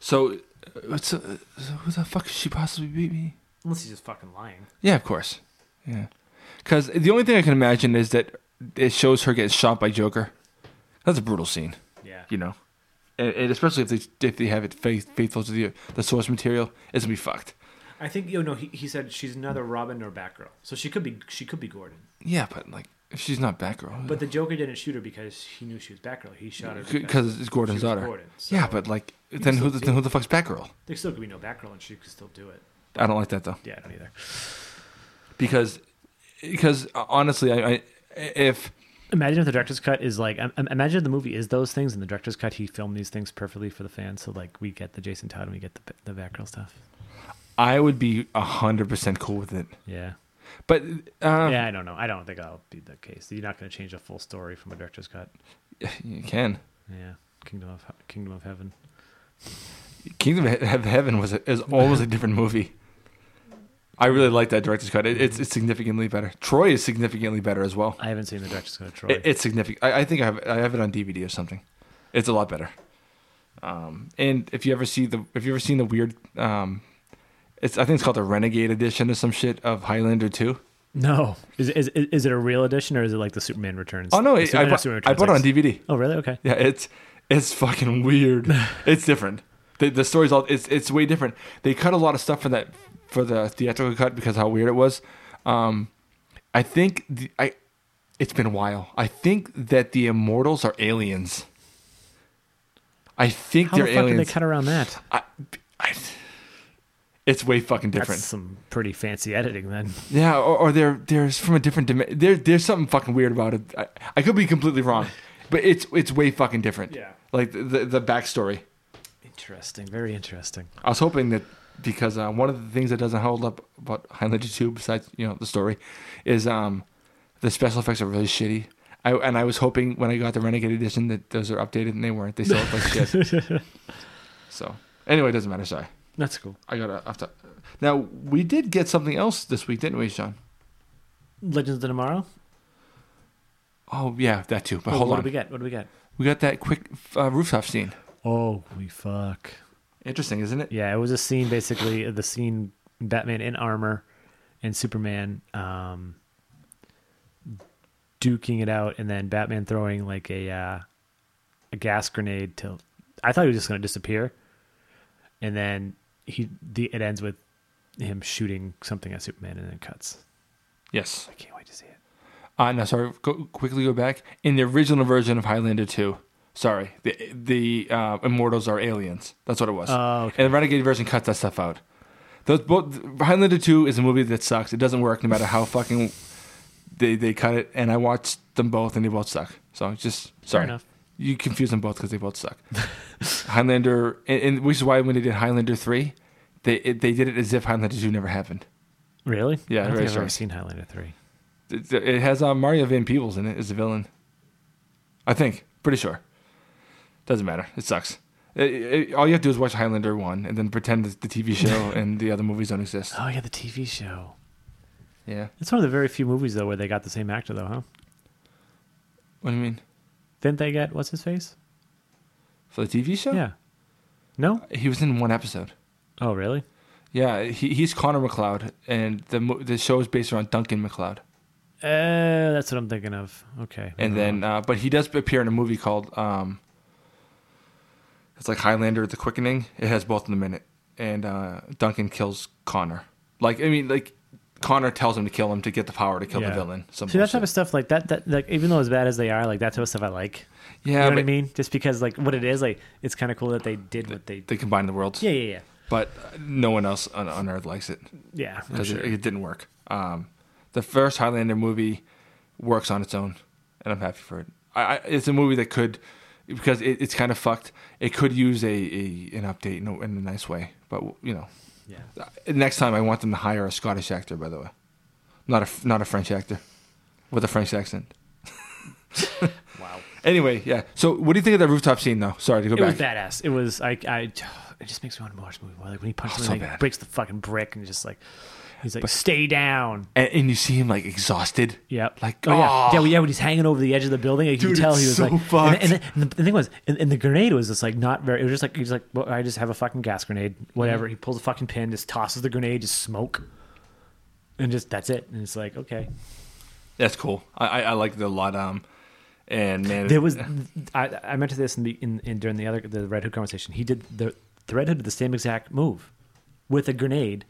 Speaker 2: So, uh, what's uh, so who the fuck could she possibly be?
Speaker 1: unless he's just fucking lying.
Speaker 2: Yeah, of course. Yeah, because the only thing I can imagine is that it shows her getting shot by Joker. That's a brutal scene,
Speaker 1: Yeah.
Speaker 2: you know, and, and especially if they if they have it faith, faithful to the the source material, it's gonna be fucked.
Speaker 1: I think you know he, he said she's neither Robin nor Batgirl, so she could be she could be Gordon.
Speaker 2: Yeah, but like if she's not Batgirl,
Speaker 1: But the Joker didn't shoot her because he knew she was Batgirl. He shot her because
Speaker 2: because it's Gordon's
Speaker 1: she was
Speaker 2: daughter.
Speaker 1: Gordon, so-
Speaker 2: yeah, but like then who the, then who the fuck's Batgirl?
Speaker 1: there still could be no Batgirl, and she could still do it.
Speaker 2: I don't like that though.
Speaker 1: Yeah, I don't either.
Speaker 2: because because uh, honestly, I, I if
Speaker 1: Imagine if the director's cut is like um, um, imagine if the movie is those things, and the director's cut he filmed these things perfectly for the fans. So like we get the Jason Todd and we get the the Batgirl stuff.
Speaker 2: I would be hundred percent cool with it,
Speaker 1: Yeah.
Speaker 2: but uh,
Speaker 1: Yeah, I don't know. I don't think that'll be the case. You're not going to change a full story from a director's cut.
Speaker 2: you can.
Speaker 1: Yeah, Kingdom of Kingdom of Heaven.
Speaker 2: Kingdom of He- Heaven was a, is almost a different movie. I really like that director's cut. It, it's it's significantly better. Troy is significantly better as well.
Speaker 1: I haven't seen the director's cut of Troy.
Speaker 2: It, it's significant. I, I think I have I have it on DVD or something. It's a lot better. Um, and if you ever see the if you ever seen the weird um, it's I think it's called the Renegade edition or some shit of Highlander two.
Speaker 1: no, is, is is is it a real edition or is it like the Superman Returns?
Speaker 2: Oh no,
Speaker 1: The
Speaker 2: it,
Speaker 1: Superman-
Speaker 2: I,
Speaker 1: not
Speaker 2: bought,
Speaker 1: Superman
Speaker 2: I
Speaker 1: Returns,
Speaker 2: bought it on
Speaker 1: like-
Speaker 2: DVD.
Speaker 1: Oh really? Okay.
Speaker 2: Yeah, it's it's
Speaker 1: <laughs>
Speaker 2: fucking weird. it's different. The the story's all it's it's way different. They cut a lot of stuff for that for the theatrical cut because how weird it was. Um, I think the, I it's been a while. I think that the immortals are aliens. I think
Speaker 1: How the
Speaker 2: they're
Speaker 1: fuck did
Speaker 2: aliens.
Speaker 1: they cut around that?
Speaker 2: I, I, it's way fucking different.
Speaker 1: That's some pretty fancy editing then.
Speaker 2: Yeah, or, or they're they're from a different dimension. There, there's something fucking weird about it. I, I could be completely wrong, but it's it's way fucking different.
Speaker 1: Yeah.
Speaker 2: like the the, the backstory.
Speaker 1: Interesting. Very interesting.
Speaker 2: I was hoping that because uh, one of the things that doesn't hold up about Highlander 2, besides you know the story, is um, the special effects are really shitty. I, and I was hoping when I got the Renegade Edition that those are updated, and they weren't. They still look like shit.
Speaker 1: <laughs>
Speaker 2: So anyway, it doesn't matter. Sorry,
Speaker 1: That's cool.
Speaker 2: I gotta have to. Now we did get something else this week, didn't we, Sean?
Speaker 1: Legends of Tomorrow.
Speaker 2: Oh yeah, that too. But
Speaker 1: Oh,
Speaker 2: hold
Speaker 1: what
Speaker 2: on,
Speaker 1: do we
Speaker 2: we,
Speaker 1: get? What do we get?
Speaker 2: got that quick uh, rooftop scene.
Speaker 1: Oh, we fuck.
Speaker 2: Interesting, isn't it?
Speaker 1: Yeah, it was a scene basically the scene Batman in armor and Superman um duking it out and then Batman throwing like a uh a gas grenade to I thought he was just going to disappear. And then he the it ends with him shooting something at Superman and then it cuts.
Speaker 2: Yes.
Speaker 1: I can't wait to see it.
Speaker 2: Uh, no, sorry. Go, quickly go back in the original version of Highlander Two. Sorry, the the uh, immortals are aliens. That's what it was.
Speaker 1: Oh, okay.
Speaker 2: And the Renegade version cuts that stuff out. Those both Highlander Two is a movie that sucks. It doesn't work no matter how fucking they they cut it. And I watched them both, and they both suck. So just sorry,
Speaker 1: enough.
Speaker 2: you confuse them both because they both suck. <laughs> Highlander, and, and which is why when they did Highlander Three, they it, they did it as if Highlander Two never happened.
Speaker 1: Really?
Speaker 2: Yeah,
Speaker 1: I don't
Speaker 2: very
Speaker 1: think I've ever
Speaker 2: sorry.
Speaker 1: seen Highlander 3.
Speaker 2: It, it has uh, Mario Van Peebles in it as the villain. I think. Pretty sure. Doesn't matter. It sucks. It- it- all you have to do is watch Highlander 1 and then pretend that the TV show and the other movies don't exist.
Speaker 1: Oh, yeah, the TV show.
Speaker 2: Yeah.
Speaker 1: It's one of the very few movies though where they got the same actor though, huh?
Speaker 2: What do you mean?
Speaker 1: Didn't they get what's his face?
Speaker 2: For the TV show?
Speaker 1: Yeah. No?
Speaker 2: He was in one episode.
Speaker 1: Oh, really?
Speaker 2: Yeah, he, he's Connor McLeod, and the mo- the show is based around Duncan McLeod.
Speaker 1: Uh, that's what I'm thinking of. Okay.
Speaker 2: And then, uh, but he does appear in a movie called, um, it's like Highlander: The Quickening. It has both in a minute, and uh, Duncan kills Connor. Like, I mean, like Connor tells him to kill him to get the power to kill
Speaker 1: Yeah.
Speaker 2: the villain. Some
Speaker 1: See, that
Speaker 2: bullshit.
Speaker 1: type of stuff, like that, that, like even though as bad as they are, like that type of stuff I like.
Speaker 2: yeah,
Speaker 1: You know
Speaker 2: but
Speaker 1: what I mean? Just because, like, what it is, like, it's kind of cool that they did what they.
Speaker 2: they combine the worlds.
Speaker 1: yeah, yeah, yeah,
Speaker 2: But no one else on, on Earth likes it
Speaker 1: yeah. I'm
Speaker 2: because
Speaker 1: sure.
Speaker 2: it, it didn't work. Um, the first Highlander movie works on its own, and I'm happy for it. I, I, it's a movie that could, because it, it's kind of fucked. It could use a, a an update in a, in a nice way, but you know,
Speaker 1: yeah.
Speaker 2: next time I want them to hire a Scottish actor. By the way, not a not a French actor with a French accent.
Speaker 1: Wow.
Speaker 2: Anyway, yeah. So what do you think of that rooftop scene, though? Sorry to go
Speaker 1: It was
Speaker 2: back.
Speaker 1: badass. It was. I. I. It just makes me want to watch the movie. more. Like when he punches
Speaker 2: Oh,
Speaker 1: him,
Speaker 2: so
Speaker 1: like,
Speaker 2: bad.
Speaker 1: breaks the fucking brick, and just like, he's like, "Stay down."
Speaker 2: And, and you see him like exhausted.
Speaker 1: Yep.
Speaker 2: Like,
Speaker 1: oh, yeah,
Speaker 2: "Ah."
Speaker 1: yeah, well, yeah. When he's hanging over the edge of the building, you
Speaker 2: Dude,
Speaker 1: can tell
Speaker 2: it's
Speaker 1: he was
Speaker 2: so
Speaker 1: like.
Speaker 2: fucked.
Speaker 1: And, the, and the, the thing was, and, and the grenade was just like not very. It was just like he's like, well, I just have a fucking gas grenade, whatever.
Speaker 2: Mm.
Speaker 1: He pulls a fucking pin, just tosses the grenade, just smoke, and just that's it. And it's like, okay,
Speaker 2: That's cool. I I, I liked it a lot. Um, and man,
Speaker 1: there was. I I mentioned this in the in, in during the other the Red Hood conversation. He did the the Red Hood did the same exact move, with a grenade,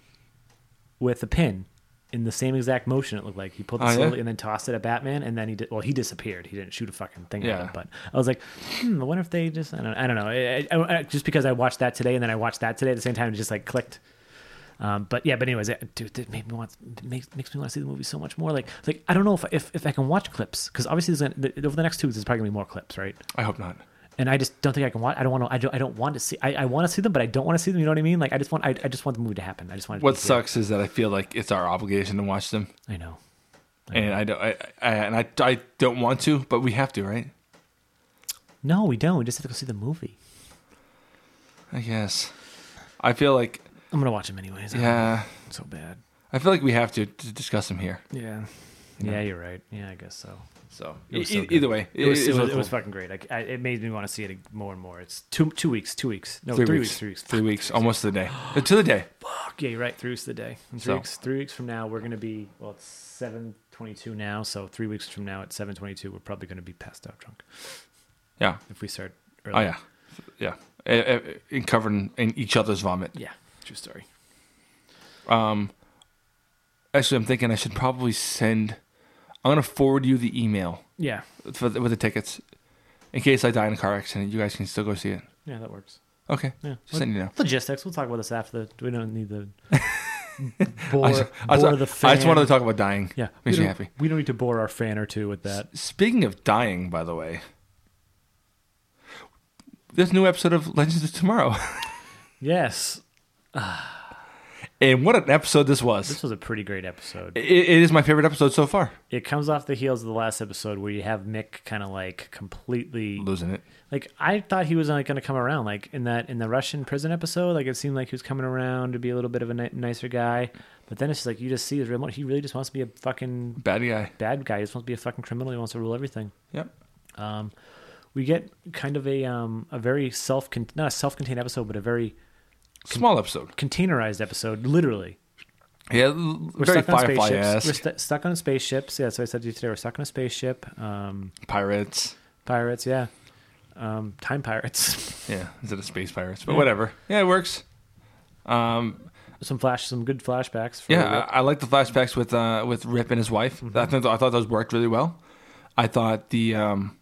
Speaker 1: with a pin. In the same exact motion, it looked like he pulled it
Speaker 2: Oh, yeah?
Speaker 1: slowly and then tossed it at Batman, and then he did. Well, he disappeared. He didn't shoot a fucking thing at
Speaker 2: Yeah.
Speaker 1: it. But I was like, hmm, I wonder if they just. I don't. I don't know. I, I, I, just because I watched that today, and then I watched that today at the same time, it just like clicked. Um, but yeah, but anyways, it, dude, it made me want it makes makes me want to see the movie so much more. Like like I don't know if if, if I can watch clips because obviously there's gonna, the, over the next two weeks there's probably gonna be more clips, right?
Speaker 2: I hope not.
Speaker 1: And I just don't think I can watch. I don't want to. I don't. I don't want to see. I, I want to see them, but I don't want to see them. You know what I mean? Like I just want. I, I just want the movie to happen. I just want. it to
Speaker 2: What
Speaker 1: be here.
Speaker 2: sucks is that I feel like it's our obligation to watch them,
Speaker 1: I know.
Speaker 2: and I don't. I, I and I I don't want to, but we have to, right?
Speaker 1: No, we don't. We just have to go see the movie.
Speaker 2: I guess. I feel like
Speaker 1: I'm gonna watch them anyways.
Speaker 2: yeah.
Speaker 1: so bad.
Speaker 2: I feel like we have to, to discuss them here.
Speaker 1: Yeah. Yeah, you're right. Yeah, I guess so.
Speaker 2: So,
Speaker 1: It was
Speaker 2: e-
Speaker 1: so
Speaker 2: e-
Speaker 1: good.
Speaker 2: either way,
Speaker 1: It was, it, was,
Speaker 2: really
Speaker 1: it was
Speaker 2: cool.
Speaker 1: fucking great. Like, I, it made me want to see it more and more. It's two two weeks, two weeks, no three, weeks, three weeks,
Speaker 2: three weeks, almost to the day, Uh, to the day.
Speaker 1: Fuck yeah, you're right. Three weeks to the day. In three
Speaker 2: So-
Speaker 1: weeks. Three weeks from now, we're gonna be well. It's seven twenty-two now, so three weeks from now at seven twenty-two, we're probably gonna be passed out drunk
Speaker 2: Yeah.
Speaker 1: if we start early.
Speaker 2: Oh yeah, yeah. Uh, uh, in covering in each other's vomit.
Speaker 1: Yeah. True story.
Speaker 2: Um, actually, I'm thinking I should probably send. I'm gonna forward you the email
Speaker 1: Yeah.
Speaker 2: for the, with the tickets, in case I die in a car accident. You guys can still go see it.
Speaker 1: Yeah, that works.
Speaker 2: Okay,
Speaker 1: Yeah.
Speaker 2: just send you now.
Speaker 1: Logistics. We'll talk about this after. The, we don't need the.
Speaker 2: <laughs> I
Speaker 1: bore,
Speaker 2: just, I just-
Speaker 1: bore the fan.
Speaker 2: I just wanted to talk about dying.
Speaker 1: Yeah,
Speaker 2: makes
Speaker 1: we
Speaker 2: me
Speaker 1: don't-
Speaker 2: happy.
Speaker 1: We don't need to bore our fan or two with that.
Speaker 2: Speaking of dying, by the way, there's a new episode of Legends of Tomorrow.
Speaker 1: Yes.
Speaker 2: <laughs> And what an episode this
Speaker 1: This
Speaker 2: was.
Speaker 1: was a pretty great episode.
Speaker 2: It, it is my favorite episode so far.
Speaker 1: It comes off the heels of the last episode where you have Mick kind of like completely
Speaker 2: Losing it.
Speaker 1: like I thought he was like going to come around like in that in the Russian prison episode like it seemed like he was coming around to be a little bit of a ni- nicer guy, but then it's just like you just see his real mo- he really just wants to be a fucking
Speaker 2: Bad E guy.
Speaker 1: bad guy. He just wants to be a fucking criminal. He wants to rule everything.
Speaker 2: Yep.
Speaker 1: Um, we get kind of a um a very self con- not a self contained episode but a very
Speaker 2: Small episode.
Speaker 1: containerized episode literally
Speaker 2: Yeah, l-
Speaker 1: We're
Speaker 2: very
Speaker 1: stuck on
Speaker 2: Firefly
Speaker 1: spaceships. We're
Speaker 2: ass.
Speaker 1: stu stuck on spaceships. Yeah, so I said to you today. We're stuck on a spaceship. Um,
Speaker 2: Pirates.
Speaker 1: pirates. Yeah, um, time pirates. <laughs>
Speaker 2: Yeah, instead of space pirates, but whatever. Yeah, it works. Um,
Speaker 1: some flash. Some good flashbacks. For
Speaker 2: yeah, I, I like the flashbacks with uh, with Rip and his wife.
Speaker 1: Mm-hmm.
Speaker 2: I think I thought those worked really well. I thought the um,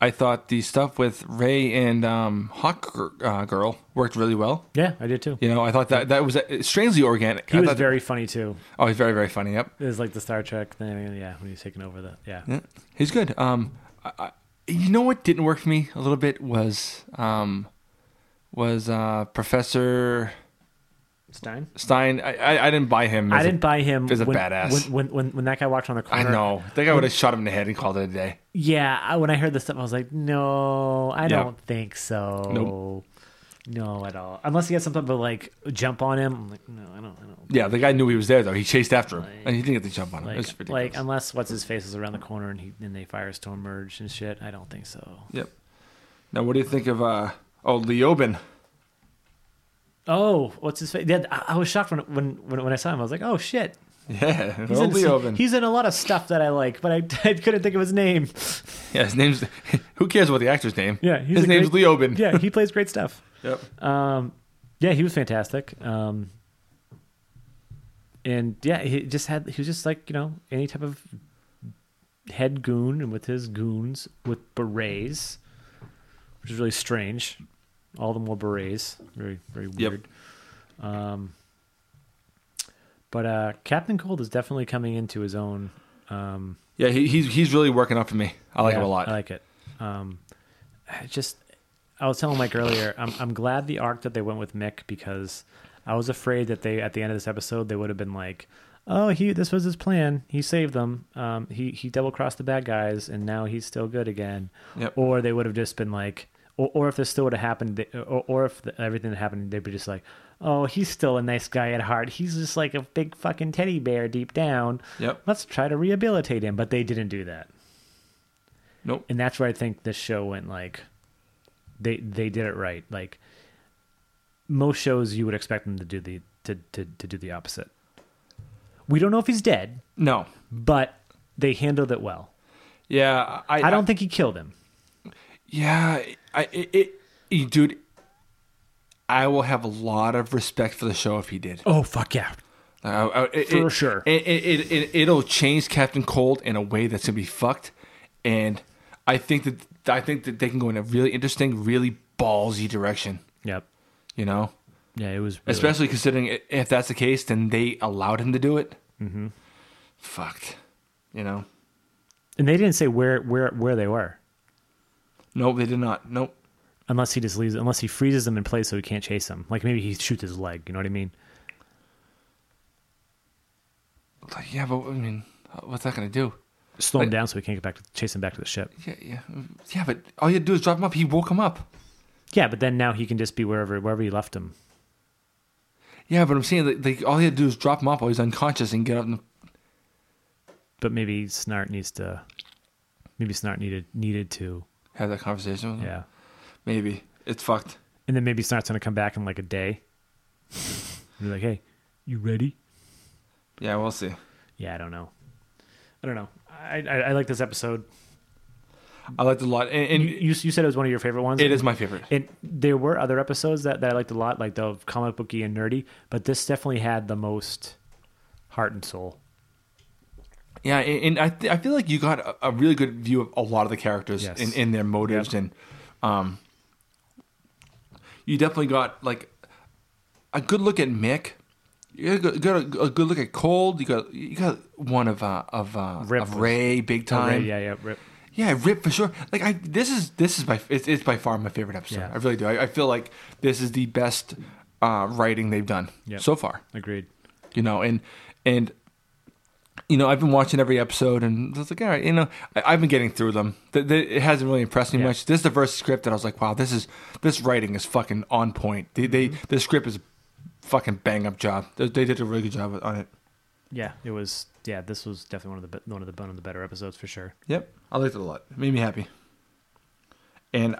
Speaker 2: I thought the stuff with Ray and um, Hawk gir- uh, girl worked really well.
Speaker 1: yeah, I did too.
Speaker 2: You know, I thought that that was uh, strangely organic.
Speaker 1: He
Speaker 2: I
Speaker 1: was
Speaker 2: thought-
Speaker 1: very funny too.
Speaker 2: oh, he's very very funny. Yep.
Speaker 1: It was like the Star Trek thing. Yeah, when he's taking over the yeah.
Speaker 2: Yeah, he's good. Um, I, I, you know what didn't work for me a little bit was um, was uh, Professor
Speaker 1: Stein.
Speaker 2: Stein. I, I, I didn't buy him.
Speaker 1: I
Speaker 2: as a-
Speaker 1: didn't buy him.
Speaker 2: he's a
Speaker 1: when,
Speaker 2: badass.
Speaker 1: When, when when when that guy walked around the
Speaker 2: I
Speaker 1: corner.
Speaker 2: know. I think I would have shot him in the head and called it a day.
Speaker 1: Yeah, I, when I heard this stuff, I was like, no, I
Speaker 2: Yeah.
Speaker 1: don't think so.
Speaker 2: Nope.
Speaker 1: No, at all. Unless he had something to like jump on him. I'm like, no, I don't. I don't.
Speaker 2: Yeah, the guy knew he was there though. He chased after him, and he didn't get the jump on him.
Speaker 1: Like,
Speaker 2: It's ridiculous.
Speaker 1: like unless what's his face is around the corner and he and they fire storm merge and shit. I don't think so.
Speaker 2: yep. Now, what do you think of uh, oh Leoben?
Speaker 1: Oh, what's his face? Yeah, I, I was shocked when, when when when I saw him. I was like, oh shit,
Speaker 2: <laughs> Yeah,
Speaker 1: he's
Speaker 2: oh
Speaker 1: in,
Speaker 2: Leoben.
Speaker 1: he's in a lot of stuff that I like, but I, I <laughs> couldn't think of his name.
Speaker 2: Yeah, his name's. <laughs> Who cares about the actor's name?
Speaker 1: Yeah, he's
Speaker 2: his
Speaker 1: a
Speaker 2: name's
Speaker 1: great-
Speaker 2: Leoben.
Speaker 1: Yeah, he plays great stuff.
Speaker 2: Yep.
Speaker 1: Um, yeah, he was fantastic. Um, and yeah, he just had he was just like you know any type of head goon and with his goons with berets, which is really strange. All the more berets, very very
Speaker 2: Yep.
Speaker 1: weird. Um, but uh, Captain Cold is definitely coming into his own. Um,
Speaker 2: Yeah, he, he's he's really working up for me. I like him
Speaker 1: yeah,
Speaker 2: a lot.
Speaker 1: I like it. Um, I just, I was telling Mike earlier, I'm, I'm glad the arc that they went with Mick because I was afraid that they, at the end of this episode, they would have been like, oh, he, this was his plan. He saved them. Um, he, he double crossed the bad guys and now he's still good again.
Speaker 2: Yep.
Speaker 1: Or they would have just been like, or, or if this still would have happened, they- or, or if the, everything that happened, they'd be just like, oh, he's still a nice guy at heart. He's just like a big fucking teddy bear deep down.
Speaker 2: Yep.
Speaker 1: Let's try to rehabilitate him. But they didn't do that
Speaker 2: Nope.
Speaker 1: and that's where I think this show went like they they did it right. Like most shows you would expect them to do the to, to, to do the opposite. We don't know if he's dead,
Speaker 2: No.
Speaker 1: but they handled it well.
Speaker 2: Yeah, I,
Speaker 1: I don't think he killed him.
Speaker 2: Yeah, I it, it, it- dude. I will have a lot of respect for the show if he did.
Speaker 1: Oh fuck yeah.
Speaker 2: I- I- Uh, it-
Speaker 1: For
Speaker 2: it-
Speaker 1: sure.
Speaker 2: It, it, it, it, it'll change Captain Cold in a way that's gonna be fucked, and I think that I think that they can go in a really interesting, really ballsy direction.
Speaker 1: Yep.
Speaker 2: You know,
Speaker 1: Yeah, it was really-
Speaker 2: especially considering i- if that's the case, then they allowed him to do it. Mm-hmm. Fucked. You know.
Speaker 1: and they didn't say where where where they were.
Speaker 2: Nope, they did not. Nope.
Speaker 1: Unless he just leaves unless he freezes them in place so he can't chase them. Like maybe he shoots his leg, you know what I mean?
Speaker 2: Like, yeah, but I mean, uh, what's that gonna do?
Speaker 1: Slow him
Speaker 2: Like-
Speaker 1: down so he can't get back to chase him back to the ship.
Speaker 2: Yeah, yeah, yeah. But all you had to do is drop him up. He woke him up.
Speaker 1: Yeah, but then now he can just be wherever wherever he left him.
Speaker 2: Yeah, but I'm saying like, like all he had to do is drop him up while he's unconscious and get up. And,
Speaker 1: but maybe Snart needs to, maybe Snart needed needed to,
Speaker 2: have that conversation with him.
Speaker 1: yeah.
Speaker 2: Maybe it's fucked.
Speaker 1: And then maybe Snart's gonna come back in like a day. And be like, hey, you ready?
Speaker 2: Yeah, we'll see.
Speaker 1: Yeah, I don't know. I don't know. I I, I like this episode.
Speaker 2: I liked it a lot, and, and
Speaker 1: you, you you said it was one of your favorite ones.
Speaker 2: it is my favorite.
Speaker 1: And there were other episodes that, that I liked a lot, like the comic booky and nerdy, but this definitely had the most heart and soul.
Speaker 2: Yeah, and, and I th- I feel like you got a, a really good view of a lot of the characters
Speaker 1: Yes.
Speaker 2: in, in their motives and, um, you definitely got like a good look at Mick. You got a, got a, a good look at Cold. You got you got one of uh, of uh,
Speaker 1: Rip
Speaker 2: of
Speaker 1: was-
Speaker 2: Ray big
Speaker 1: Oh,
Speaker 2: time.
Speaker 1: right, yeah, yeah, rip.
Speaker 2: Yeah, Rip for sure. Like I, this is this is my it's, it's by far my favorite episode.
Speaker 1: Yeah.
Speaker 2: I really do. I, I feel like this is the best uh, writing they've done
Speaker 1: Yep.
Speaker 2: so far.
Speaker 1: Agreed.
Speaker 2: you know and and you know i've been watching every episode and it's like all right you know I, i've been getting through them Th th it hasn't really impressed me
Speaker 1: Yeah.
Speaker 2: much this is the first script that i was like wow this is this writing is fucking on point they, they
Speaker 1: Mm-hmm.
Speaker 2: the script is fucking bang up job they, they did a really good job on it
Speaker 1: Yeah, it was. Yeah, this was definitely one of the be- one of the one of the better episodes for sure.
Speaker 2: yep i liked it a lot it made me happy and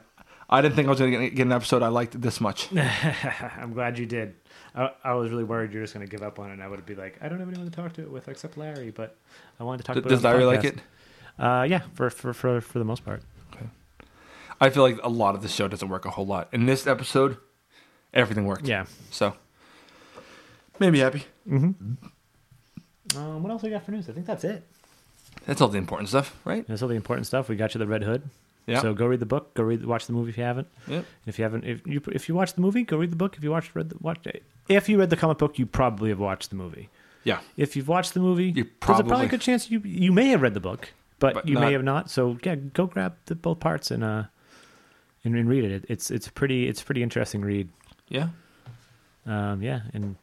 Speaker 2: i didn't think i was gonna get, get an episode i liked
Speaker 1: <laughs>
Speaker 2: this much
Speaker 1: I'm glad you did. I, I was really worried you're just going to give up on it. And I would be like, I don't have anyone to talk to it with except Larry, but I wanted to talk.
Speaker 2: Th-
Speaker 1: about
Speaker 2: does
Speaker 1: it on
Speaker 2: larry
Speaker 1: the
Speaker 2: like
Speaker 1: podcast.
Speaker 2: it
Speaker 1: Uh, yeah, for for for for the most part.
Speaker 2: i feel like a lot of the show doesn't work a whole lot in this episode everything worked
Speaker 1: Yeah.
Speaker 2: so made me happy
Speaker 1: Mm-hmm. Um, what else we got for news? I think that's it.
Speaker 2: That's all the important stuff, right?
Speaker 1: That's all the important stuff. We got you the Red Hood.
Speaker 2: Yeah.
Speaker 1: So go read the book. Go read, watch the movie if you haven't.
Speaker 2: Yep.
Speaker 1: And If you haven't, if you if you watched the movie, go read the book. If you watched read the, watch if you read the comic book, you probably have watched the movie.
Speaker 2: Yeah.
Speaker 1: If you've watched the movie,
Speaker 2: You
Speaker 1: there's a probably
Speaker 2: probably-
Speaker 1: a good chance you you may have read the book, but,
Speaker 2: But
Speaker 1: you
Speaker 2: not-
Speaker 1: may have not. So yeah, go grab the, both parts and uh and, and read it. it. It's it's pretty it's a pretty interesting read.
Speaker 2: Yeah.
Speaker 1: Um, yeah, and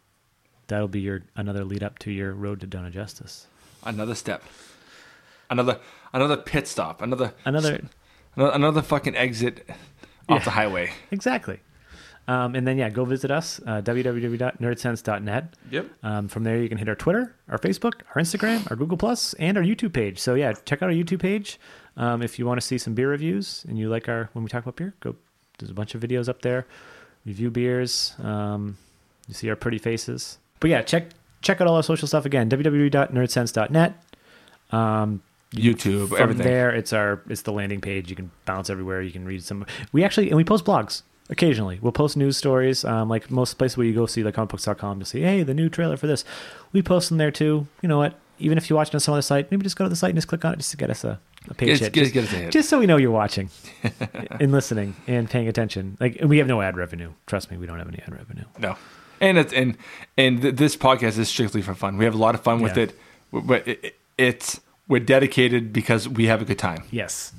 Speaker 1: that'll be your another lead up to your road to Donna Justice.
Speaker 2: Another step. Another another pit stop. Another
Speaker 1: Another
Speaker 2: <laughs> another, another fucking exit off
Speaker 1: Yeah.
Speaker 2: the highway.
Speaker 1: exactly. Um, and then yeah, go visit us uh, www.nerdsense.net.
Speaker 2: Yep.
Speaker 1: Um, from there, you can hit our Twitter, our Facebook, our Instagram, our Google Plus, and our YouTube page. So yeah, check out our YouTube page um, if you want to see some beer reviews and you like our when we talk about beer. Go, there's a bunch of videos up there. Review beers. Um, you see our pretty faces. But yeah, check check out all our social stuff again. www.nerdsense.net. Um,
Speaker 2: YouTube,
Speaker 1: from
Speaker 2: everything.
Speaker 1: there, it's our it's the landing page. You can bounce everywhere. You can read some. We actually and we post blogs occasionally. We'll post news stories. Um, like most places where you go see like comicbooks.com to see hey the new trailer for this. We post them there too. You know what? Even if you're watching on some other site, maybe just go to the site and just click on it just to get us a, a page
Speaker 2: Get,
Speaker 1: hit.
Speaker 2: get,
Speaker 1: just,
Speaker 2: get, us a hit.
Speaker 1: just so we know you're
Speaker 2: <laughs>
Speaker 1: watching and listening and paying attention. Like and we have no ad revenue. Trust me, we don't have any ad revenue.
Speaker 2: no. And it's and and th- this podcast is strictly for fun. We have a lot of fun with
Speaker 1: Yeah.
Speaker 2: it, w- but it, it- it's we're dedicated because we have a good time.
Speaker 1: Yes,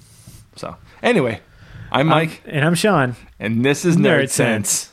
Speaker 2: So anyway, I'm Mike,
Speaker 1: and I'm Sean.
Speaker 2: and this is Nerd,
Speaker 1: Nerd
Speaker 2: Sense.
Speaker 1: Sense.